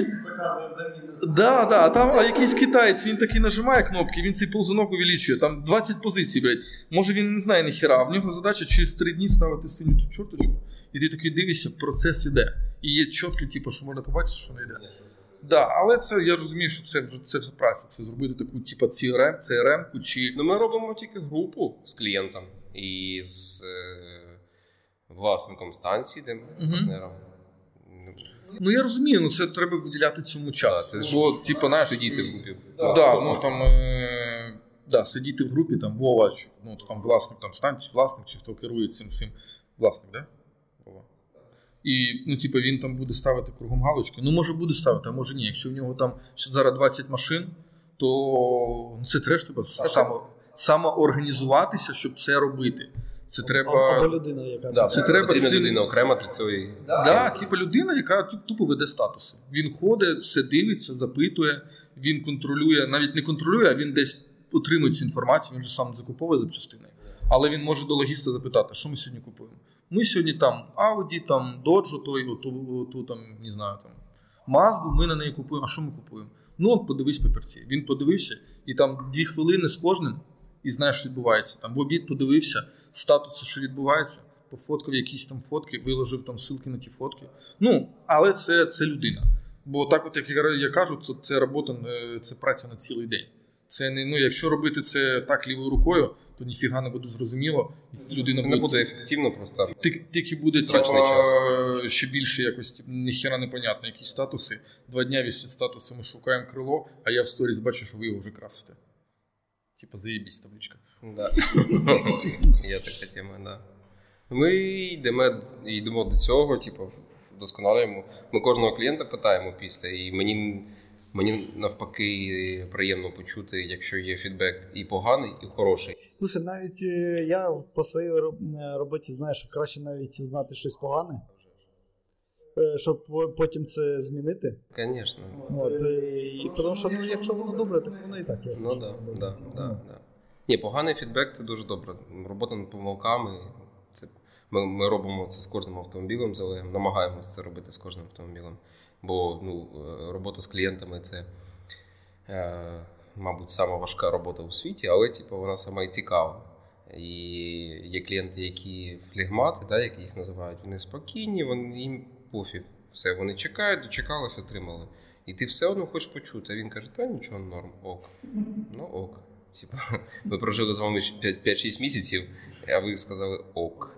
Speaker 2: Да, да, а там а якийсь китаєць, він такий нажимає кнопки, він цей ползунок увеличує, там 20 позицій, блядь. Може він не знає ніхера, а в нього задача через 3 дні ставити синю ту чорточку, і ти такий дивишся, процес іде. І є чітко, типу, що можна побачити, що не йде. Да, але це я розумію, що це вже це все праця. Це зробити таку, типу, CRM, CRM-ку чи.
Speaker 3: Ну, ми робимо тільки групу з клієнтом і з е, власником станції, де ми
Speaker 2: Мгм.
Speaker 3: партнером. Ну,
Speaker 2: Ну я розумію, ну це треба виділяти цьому
Speaker 3: да,
Speaker 2: час.
Speaker 3: це ж ну,
Speaker 2: Бо, типу, знаєш,
Speaker 3: сидіти в групі.
Speaker 2: Да, ну там е, да, сидіти в групі, там Вова, чи, ну там власник там станції, власник, чи хто керує цим цим власник, да? Вова. І ну, типу, він там буде ставити кругом галочки. Ну, може, буде ставити, а може ні. Якщо в нього там ще зараз 20 машин, то ну, це треба ж тебе само, самоорганізуватися, щоб це робити. Це треба.
Speaker 1: Або людина, яка
Speaker 2: Да,
Speaker 1: це
Speaker 2: це треба
Speaker 3: Потрібна
Speaker 2: з цим-
Speaker 3: людина окрема для цього. і-
Speaker 2: Да, типу людина, яка ту- тупо веде статуси. Він ходить, все дивиться, запитує, він контролює, навіть не контролює, а він десь отримує цю інформацію, він же сам закуповує запчастини. Але він може до логіста запитати, що ми сьогодні купуємо. Ми сьогодні там Audi, там Dodge, той, оту, оту там, не знаю, там Mazda, ми на неї купуємо. А що ми купуємо? Ну, от подивись папірці. Він подивився, і там дві хвилини з кожним, і знаєш, що відбувається. Там в обід подивився, статуси, що відбувається, пофоткав якісь там фотки, виложив там ссылки на ті фотки. Ну, але це, це людина. Бо так, от як я, я кажу, це, це робота, е, це праця на цілий день. Це не ну, якщо робити це так лівою рукою, то ніфіга не буде зрозуміло. і Людина
Speaker 3: Це не буде ефективно просто.
Speaker 2: тільки, тільки буде
Speaker 3: Втрачений
Speaker 2: типа,
Speaker 3: час.
Speaker 2: е, ще більше якось тип, ніхера непонятно, які статуси. Два дня вісять статуси, ми шукаємо крило, а я в сторіс бачу, що ви його вже красите. Типа заєбісь табличка.
Speaker 3: Да. Є така тема, да. Ми йдемо, йдемо до цього, типу, вдосконалюємо. Ми кожного клієнта питаємо після, і мені Мені навпаки приємно почути, якщо є фідбек і поганий, і хороший.
Speaker 1: Слушай, навіть е, я по своїй роб- е, роботі знаю, що краще навіть знати щось погане, е, щоб по- потім це змінити.
Speaker 3: Звісно.
Speaker 1: От, е, і, тому що ну, якщо воно добре, то воно і так є.
Speaker 3: Ну да, да, да, да. Ні, поганий фідбек це дуже добре. Робота над помилками. Це ми, ми робимо це з кожним автомобілем, з Олегом, намагаємося це робити з кожним автомобілем. Бо ну, е, робота з клієнтами це, е, мабуть, сама важка робота у світі, але типу, вона сама і цікава. І є клієнти, які флегмати, да, як їх називають, вони спокійні, вони їм пофіг. Все, вони чекають, дочекались, отримали. І ти все одно хочеш почути. А він каже, та нічого норм, ок. Ну ок. Типа, ми прожили з вами ще 5 5-6 місяців, а ви сказали ок.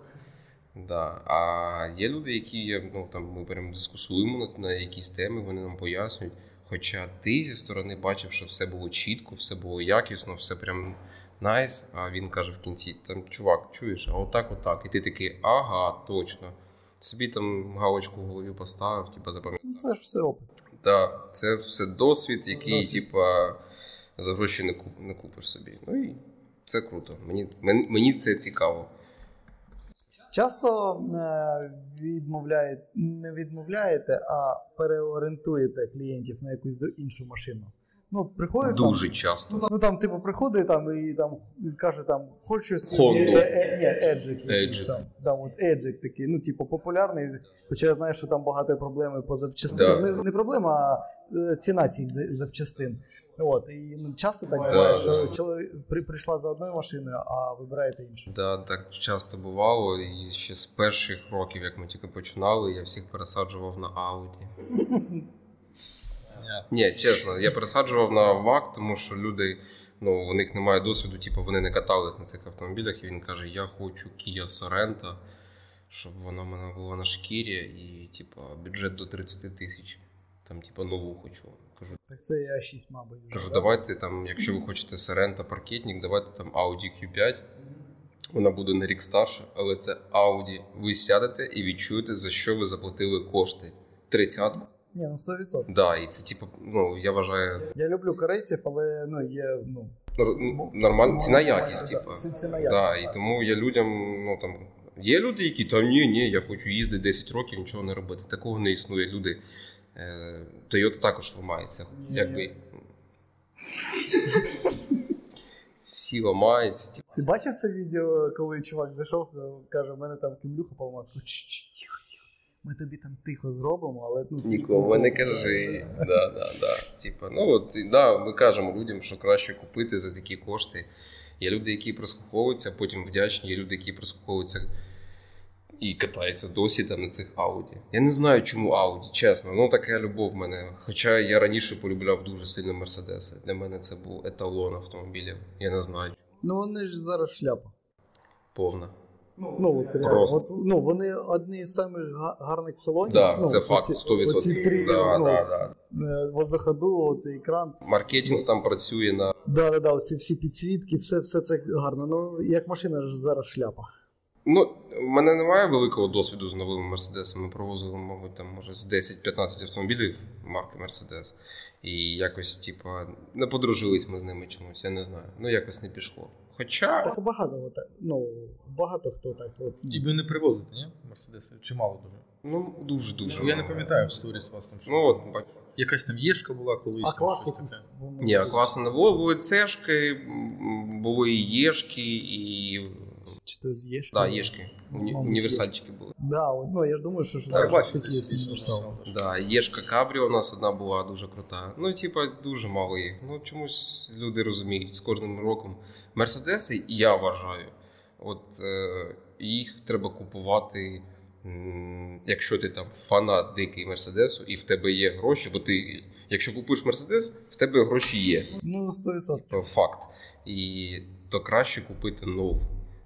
Speaker 3: Да. А є люди, які є, ну, там, ми прям дискусуємо на, на якісь теми, вони нам пояснюють. Хоча ти зі сторони бачив, що все було чітко, все було якісно, все прям найс. А він каже в кінці: там, чувак, чуєш, а отак, отак. І ти такий, ага, точно. Собі там галочку в голові поставив, типа запам'ятав.
Speaker 1: Ну, Це ж все опит.
Speaker 3: Так, це все досвід, який,
Speaker 1: Досвід.
Speaker 3: типа, за гроші не, куп, не купиш собі. Ну і це круто. Мені, мен- мені це цікаво.
Speaker 1: Часто е, відмовляє, не відмовляєте, а переорієнтуєте клієнтів на якусь дру- іншу машину. Ну, приходить там,
Speaker 3: Дуже часто.
Speaker 1: Ну, там- ну там, типу, приходить там і там каже там, хочу
Speaker 2: Хонду.
Speaker 1: собі е, е, ні, еджик якийсь
Speaker 3: Еджик.
Speaker 1: там. Там от еджик такий, ну типу популярний. Хоча я знаю, що там багато проблеми по запчастинам.
Speaker 3: Да.
Speaker 1: Не, не проблема, а е, ціна цих за- запчастин. От і ну, часто так
Speaker 4: Да,
Speaker 1: буває,
Speaker 3: да.
Speaker 1: що чоловік при, прийшла за одною машиною, а вибираєте іншу.
Speaker 3: Да, так часто бувало. І ще з перших років, як ми тільки починали, я всіх пересаджував на Ауді. Ні, чесно, я пересаджував на ВАК, тому що люди, ну, у них немає досвіду, типу, вони не катались на цих автомобілях, і він каже: Я хочу Kia Sorento, щоб вона в мене була на шкірі, і, типу, бюджет до 30 тисяч. Там, типу, нову хочу. Кажу,
Speaker 1: Так це я 6, мабуть. вже,
Speaker 3: кажу,
Speaker 1: да?
Speaker 3: давайте там, якщо ви хочете Sorento паркетник, давайте там Audi Q5. Вона буде на рік старша, але це Audi. Ви сядете і відчуєте, за що ви заплатили кошти. Тридцятку.
Speaker 1: Ні, ну 100%.
Speaker 3: Да, і це типу, ну я вважаю,
Speaker 1: Я люблю корейців, але ну є ну
Speaker 3: Нор- ну, нормальна ціна якість,
Speaker 1: да,
Speaker 3: типу.
Speaker 1: Це ціна
Speaker 3: Да,
Speaker 1: якість.
Speaker 3: і
Speaker 1: так.
Speaker 3: тому я людям, ну там є люди, які там ні, ні, я хочу їздити 10 років, нічого не робити. Такого не існує. Люди е, Toyota також ламається. Якби всі ламаються, типу.
Speaker 1: Ти бачив це відео, коли чувак зайшов, е, каже, в мене там кимлюха поламалась. Кажу, «Чш, чш, Тихо, тихо. Ми тобі там тихо зробимо, але ну ти ж
Speaker 3: Нікому не
Speaker 1: там-
Speaker 3: кажи. Да, да, да. Типа, ну от і да, ми кажемо людям, що краще купити за такі кошти. Є люди, які прослуховуються, потім вдячні, є люди, які прослуховуються і катаються досі там на цих ауді. Я не знаю, чому ауді, чесно. Ну така любов в мене. Хоча я раніше полюбляв дуже сильно мерседеси. Для мене це був еталон автомобілів. Я не знаю,
Speaker 1: Ну вони ж зараз шляпа.
Speaker 3: повна.
Speaker 1: Ну от реально.
Speaker 3: Просто.
Speaker 1: От, ну вони одні з самих га- гарних салонів.
Speaker 3: Да,
Speaker 1: ну,
Speaker 3: це факт 100%.
Speaker 1: Оці три
Speaker 3: да,
Speaker 1: ну,
Speaker 3: да, да.
Speaker 1: е, воздуходу, оцей екран.
Speaker 3: Маркетинг там працює на
Speaker 1: Да, да, да, оці всі підсвітки, все, все це гарно. Ну як машина ж зараз шляпа.
Speaker 3: Ну, в мене немає великого досвіду з новими мерседесами. Провозили, мабуть, там, може, з 10-15 автомобілів марки Мерседес. І якось, типа, не подружились ми з ними чомусь, я не знаю. Ну, якось не пішло. Хоча.
Speaker 1: Так багато от, ну багато хто так от.
Speaker 4: І ви не привозите, ні? Мерседеси? Чи мало дуже?
Speaker 3: Ну, дуже-дуже.
Speaker 4: Я не
Speaker 3: мало.
Speaker 4: пам'ятаю в сторіс вас там. що
Speaker 3: Ну, от, бач-
Speaker 4: Якась там єшка була колись.
Speaker 1: А
Speaker 4: там
Speaker 1: клас
Speaker 4: щось таке.
Speaker 1: якийсь. воно-
Speaker 3: ні, а класно не було. Були цешки, м, були і єшки, і.
Speaker 1: Чи ти з'їш?
Speaker 3: Да, єшки. Уні- Універсальчики були.
Speaker 1: Да, от, ну я ж думаю, що, що
Speaker 3: Так,
Speaker 1: так,
Speaker 4: бачу,
Speaker 1: такі
Speaker 4: десь
Speaker 1: є
Speaker 4: десь
Speaker 1: універсал.
Speaker 4: універсал.
Speaker 3: Да, Єшка Кабріо у нас одна була дуже крута. Ну, типа, дуже мало їх. Ну, чомусь люди розуміють з кожним роком. Мерседеси, я вважаю, от е, їх треба купувати, м, якщо ти там фанат дикий Мерседесу і в тебе є гроші, бо ти, якщо купуєш Мерседес, в тебе гроші є.
Speaker 1: Ну, 100%.
Speaker 3: Е, Факт. І то краще купити нову.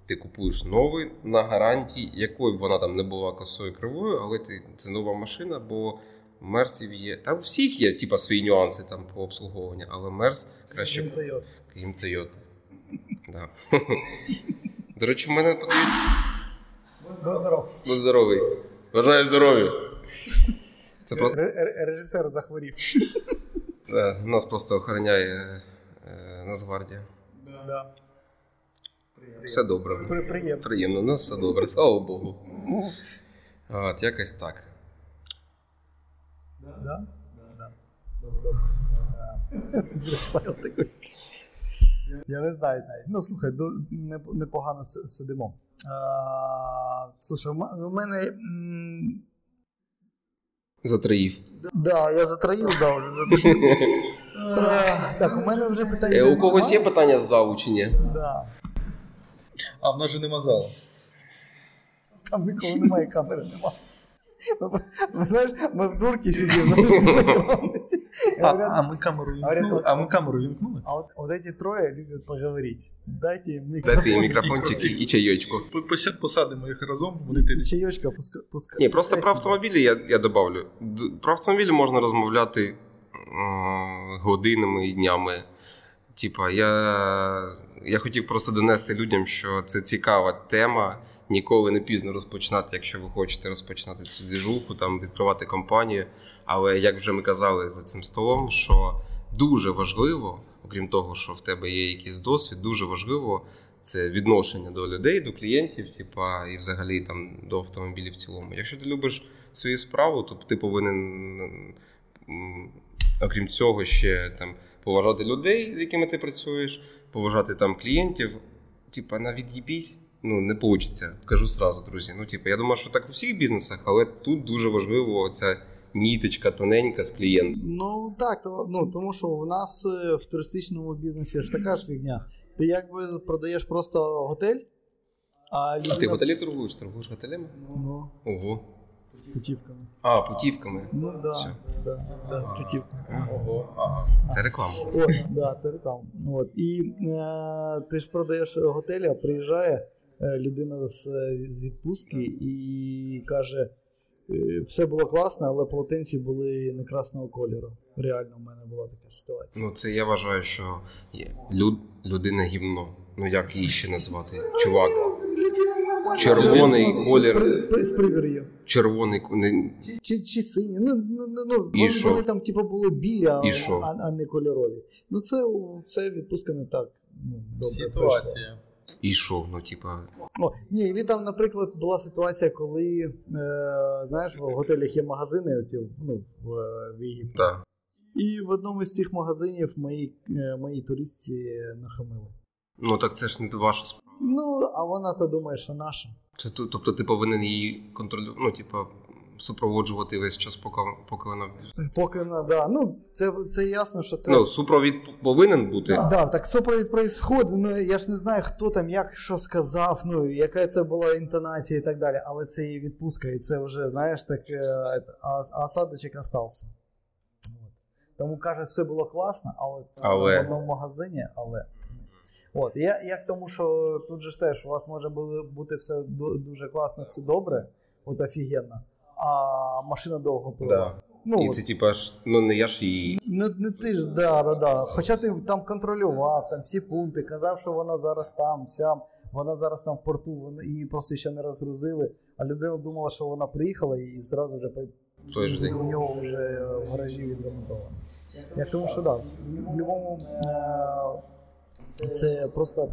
Speaker 3: Ти купуєш новий на гарантії, якою б вона там не була косою кривою, але ти, це нова машина, бо мерсів є. Та у всіх є типа, свої нюанси там по обслуговуванню, але мерс краще
Speaker 1: Чим
Speaker 3: купити,
Speaker 1: Toyota.
Speaker 3: крім Toyota. Да. До речі, в мене потрібно
Speaker 1: Ну, здоров.
Speaker 3: Ну, здоровий. Бажаю здоров'я. Це просто
Speaker 1: Ре- ре- Режисер захворів.
Speaker 3: Е, Нас просто охороняє е, Нацгвардія.
Speaker 1: Да.
Speaker 3: Все добре.
Speaker 1: При- Приємно.
Speaker 3: Приємно, у нас все добре, слава Богу. От, якось так.
Speaker 1: Да? Да, да. Добре, добре. Е, зростаю такий. Я не знаю навіть. Ну слухай, ду- не- непогано с- сидимо. А, слушай, у м- у мене. м,
Speaker 3: Затраїв.
Speaker 1: Да, я затроїв, да, вже затроїв. Е, Так, у мене вже питання.
Speaker 3: Е, У
Speaker 1: нема.
Speaker 3: когось є питання з заучення?
Speaker 1: Да.
Speaker 4: А в нас же нема залу.
Speaker 1: Там нікого немає, камери нема. Ми- ми, Знаєш, ми в дурці сидимо. знаєш, в комнаті. Я говорю,
Speaker 4: ми камеру
Speaker 1: вімкнули-
Speaker 4: А ми камеру вімкнули?
Speaker 1: А вот, вот эти трое любят поговорить. Дайте им микрофон.
Speaker 3: Дайте їм мікрофончик і чайочку.
Speaker 4: Посадимо їх разом, вони
Speaker 1: И
Speaker 4: ти
Speaker 1: Чаечка пускай. пускай
Speaker 3: Ні, просто
Speaker 1: пускай
Speaker 3: про
Speaker 1: сидят.
Speaker 3: автомобілі я, я добавлю. Д- Про автомобілі можна розмовляти е, годинами і днями. Типа, я, я хотів просто донести людям, що це цікава тема. Ніколи не пізно розпочинати, якщо ви хочете розпочинати цю двіжуху, там відкривати компанію. Але як вже ми казали за цим столом, що дуже важливо, окрім того, що в тебе є якийсь досвід, дуже важливо це відношення до людей, до клієнтів, типа, і взагалі там до автомобілів в цілому. Якщо ти любиш свою справу, то ти повинен, м, окрім цього, ще там поважати людей, з якими ти працюєш, поважати там клієнтів. Типа, навіть їбісь, ну не вийде. Кажу сразу, друзі. Ну, типа, я думаю, що так у всіх бізнесах, але тут дуже важливо ця ніточка тоненька з клієнтом.
Speaker 1: Ну так, то, ну, тому що у нас е, в туристичному бізнесі ж така ж фігня. Ти якби продаєш просто готель, а
Speaker 3: А
Speaker 1: людина...
Speaker 3: ти готелі торгуєш? Торгуєш готелями?
Speaker 1: Ну, ну,
Speaker 3: Ого.
Speaker 1: путівками.
Speaker 3: А, путівками.
Speaker 1: Ну да,
Speaker 3: Всё.
Speaker 1: да, да, путівками.
Speaker 4: Ого, ага.
Speaker 3: Це реклама.
Speaker 1: От, да, це реклама. От. І е, ти ж продаєш готель, а приїжджає е, людина з, з відпустки і каже: е, все було класно, але полотенці були не красного кольору. Реально, у мене була така ситуація.
Speaker 3: Ну, це я вважаю, що є. Люд, людина гівно. Ну як її ще назвати? Чувак, червоний
Speaker 1: Ну, з-
Speaker 3: колір.
Speaker 1: З, з, при- з привір'ю.
Speaker 3: червоний ку- не,
Speaker 1: Чи, чи сині. Ну, ну, ну, ну
Speaker 3: І
Speaker 1: вони,
Speaker 3: що?
Speaker 1: вони там типу, були білі, а,
Speaker 3: І що?
Speaker 1: а, а не кольорові. Ну це у- все відпуска не так. Ну, добре пройшла.
Speaker 4: Ситуація.
Speaker 3: ішов. Ну, типа,
Speaker 1: О, ні, і там, наприклад, була ситуація, коли е, знаєш, в готелях є магазини, оці ну, в, е, в Єгипті.
Speaker 3: да.
Speaker 1: І в одному з цих магазинів мої, е, мої туристці нахамили.
Speaker 3: Ну так це ж не ваша справа.
Speaker 1: Ну, а вона то думає, що наша.
Speaker 3: Це ту- тобто ти повинен її контролювати, ну, типа, супроводжувати весь час, поки, поки вона.
Speaker 1: Поки вона, да. Ну, це, це ясно, що це.
Speaker 3: Ну, супровід повинен бути.
Speaker 1: Да, да, так супровід происходить. Ну я ж не знаю, хто там як що сказав, ну яка це була інтонація і так далі. Але це її відпустка, і це вже знаєш так. е, ет- А, а садочок остався. От. Тому каже, все було класно, але,
Speaker 3: Але.
Speaker 1: в одному магазині, але. От, я, я к тому, що тут же ж теж у вас може бу- бути все ду- дуже класно, все добре, от офігенно, а машина довго пила.
Speaker 3: Да.
Speaker 1: Ну,
Speaker 3: І
Speaker 1: от.
Speaker 3: це, типа, ж, ну не я ж її.
Speaker 1: Не, не ти ж, да, да, да. Хоча ти там контролював там всі пункти, казав, що вона зараз там, сям, вона зараз там в порту, вон- її просто ще не розгрузили. А людина думала, що вона приїхала і зразу вже по-
Speaker 3: В той же день.
Speaker 1: у нього вже е, в гаражі відремонтовано. Я тому, що да, в будь-якому е, це просто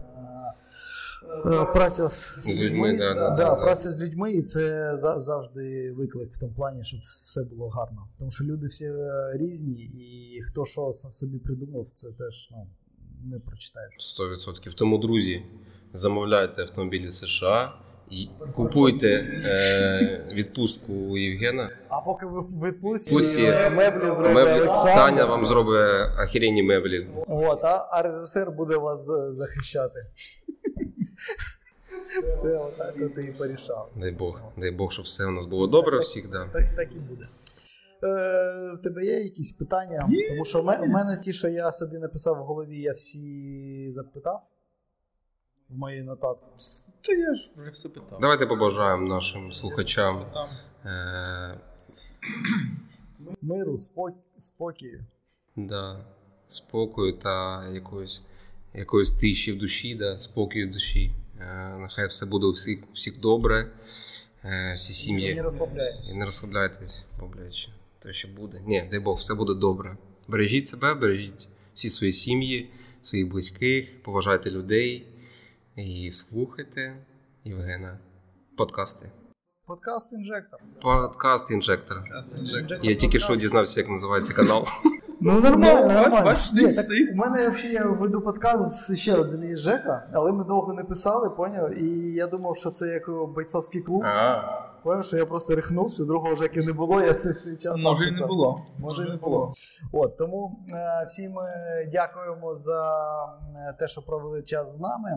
Speaker 1: е, е, праця з,
Speaker 3: З людьми, да, да, да,
Speaker 1: праця з людьми, і це за- завжди виклик в тому плані, щоб все було гарно. Тому що люди всі е, різні, і хто що с- собі придумав, це теж ну, не прочитаєш.
Speaker 3: 100%. Тому, друзі, замовляйте автомобілі з США і купуйте е, відпустку у Євгена.
Speaker 1: А поки ви в відпустці,
Speaker 3: Пусі.
Speaker 1: е, меблі зробить
Speaker 3: Меблі Саня
Speaker 1: Олександр.
Speaker 3: вам зробить охеренні меблі.
Speaker 1: От, а, а режисер буде вас е, захищати. Все, отак от і порішав.
Speaker 3: Дай Бог, дай Бог, щоб все у нас було добре всіх. Да.
Speaker 1: Так, так і буде. Е, в тебе є якісь питання? Тому що в мене, в мене ті, що я собі написав в голові, я всі запитав в моїй нотатки.
Speaker 4: Та я ж вже все питав.
Speaker 3: Давайте побажаємо нашим слухачам.
Speaker 4: Там.
Speaker 3: Е,
Speaker 1: Миру, спокій, спокію.
Speaker 3: да, спокою та якоїсь, якоїсь тиші в душі, да, спокою в душі. Е, нехай все буде у всіх, всіх добре, е, всі сім'ї.
Speaker 1: Не розслабляємося.
Speaker 3: І не розслабляйтесь, бо, блядь, ще- то ще буде. Ні, дай Бог, все буде добре. Бережіть себе, бережіть всі свої сім'ї, своїх близьких, поважайте людей і слухайте Євгена. Подкасти.
Speaker 1: Подкаст інжектор.
Speaker 3: Подкаст інжектор.
Speaker 1: Інжектор
Speaker 3: Я тільки що
Speaker 1: подкаст.
Speaker 3: дізнався, як називається канал.
Speaker 1: Ну нормально,
Speaker 2: Ну,
Speaker 1: нормально.
Speaker 2: бач- бач,
Speaker 1: Ні,
Speaker 2: ти-
Speaker 1: так
Speaker 2: ти-
Speaker 1: у мене взагалі я веду подкаст з ще один із Жека, але ми довго не писали, поняв? І я думав, що це як бойцовський клуб.
Speaker 3: А,
Speaker 1: Поняв, що я просто рихнувся, другого Жеки не було, я це все час. сам
Speaker 4: Може і не
Speaker 1: писав.
Speaker 4: було.
Speaker 1: Може, і не було. От тому е, всім е, дякуємо за е, те, що провели час з нами.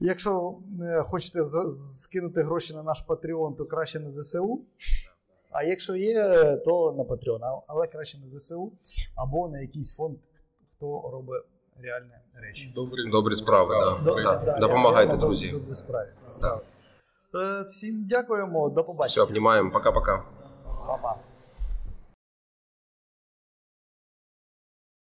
Speaker 1: Якщо е, хочете з- з- скинути гроші на наш Patreon, то краще на ЗСУ. А якщо є, е, то на Patreon, а- але краще на ЗСУ або на якийсь фонд, хто робить реальні речі.
Speaker 4: Добрі,
Speaker 3: Добрі справи, так.
Speaker 1: До-
Speaker 3: Да.
Speaker 1: да,
Speaker 3: Допомагайте,
Speaker 1: я- я вам
Speaker 3: друзі.
Speaker 1: добре справ-
Speaker 3: Да.
Speaker 1: Е, Всім дякуємо, до
Speaker 3: Все,
Speaker 1: побачення.
Speaker 3: обнімаємо. Пока-пока.
Speaker 1: Па-па.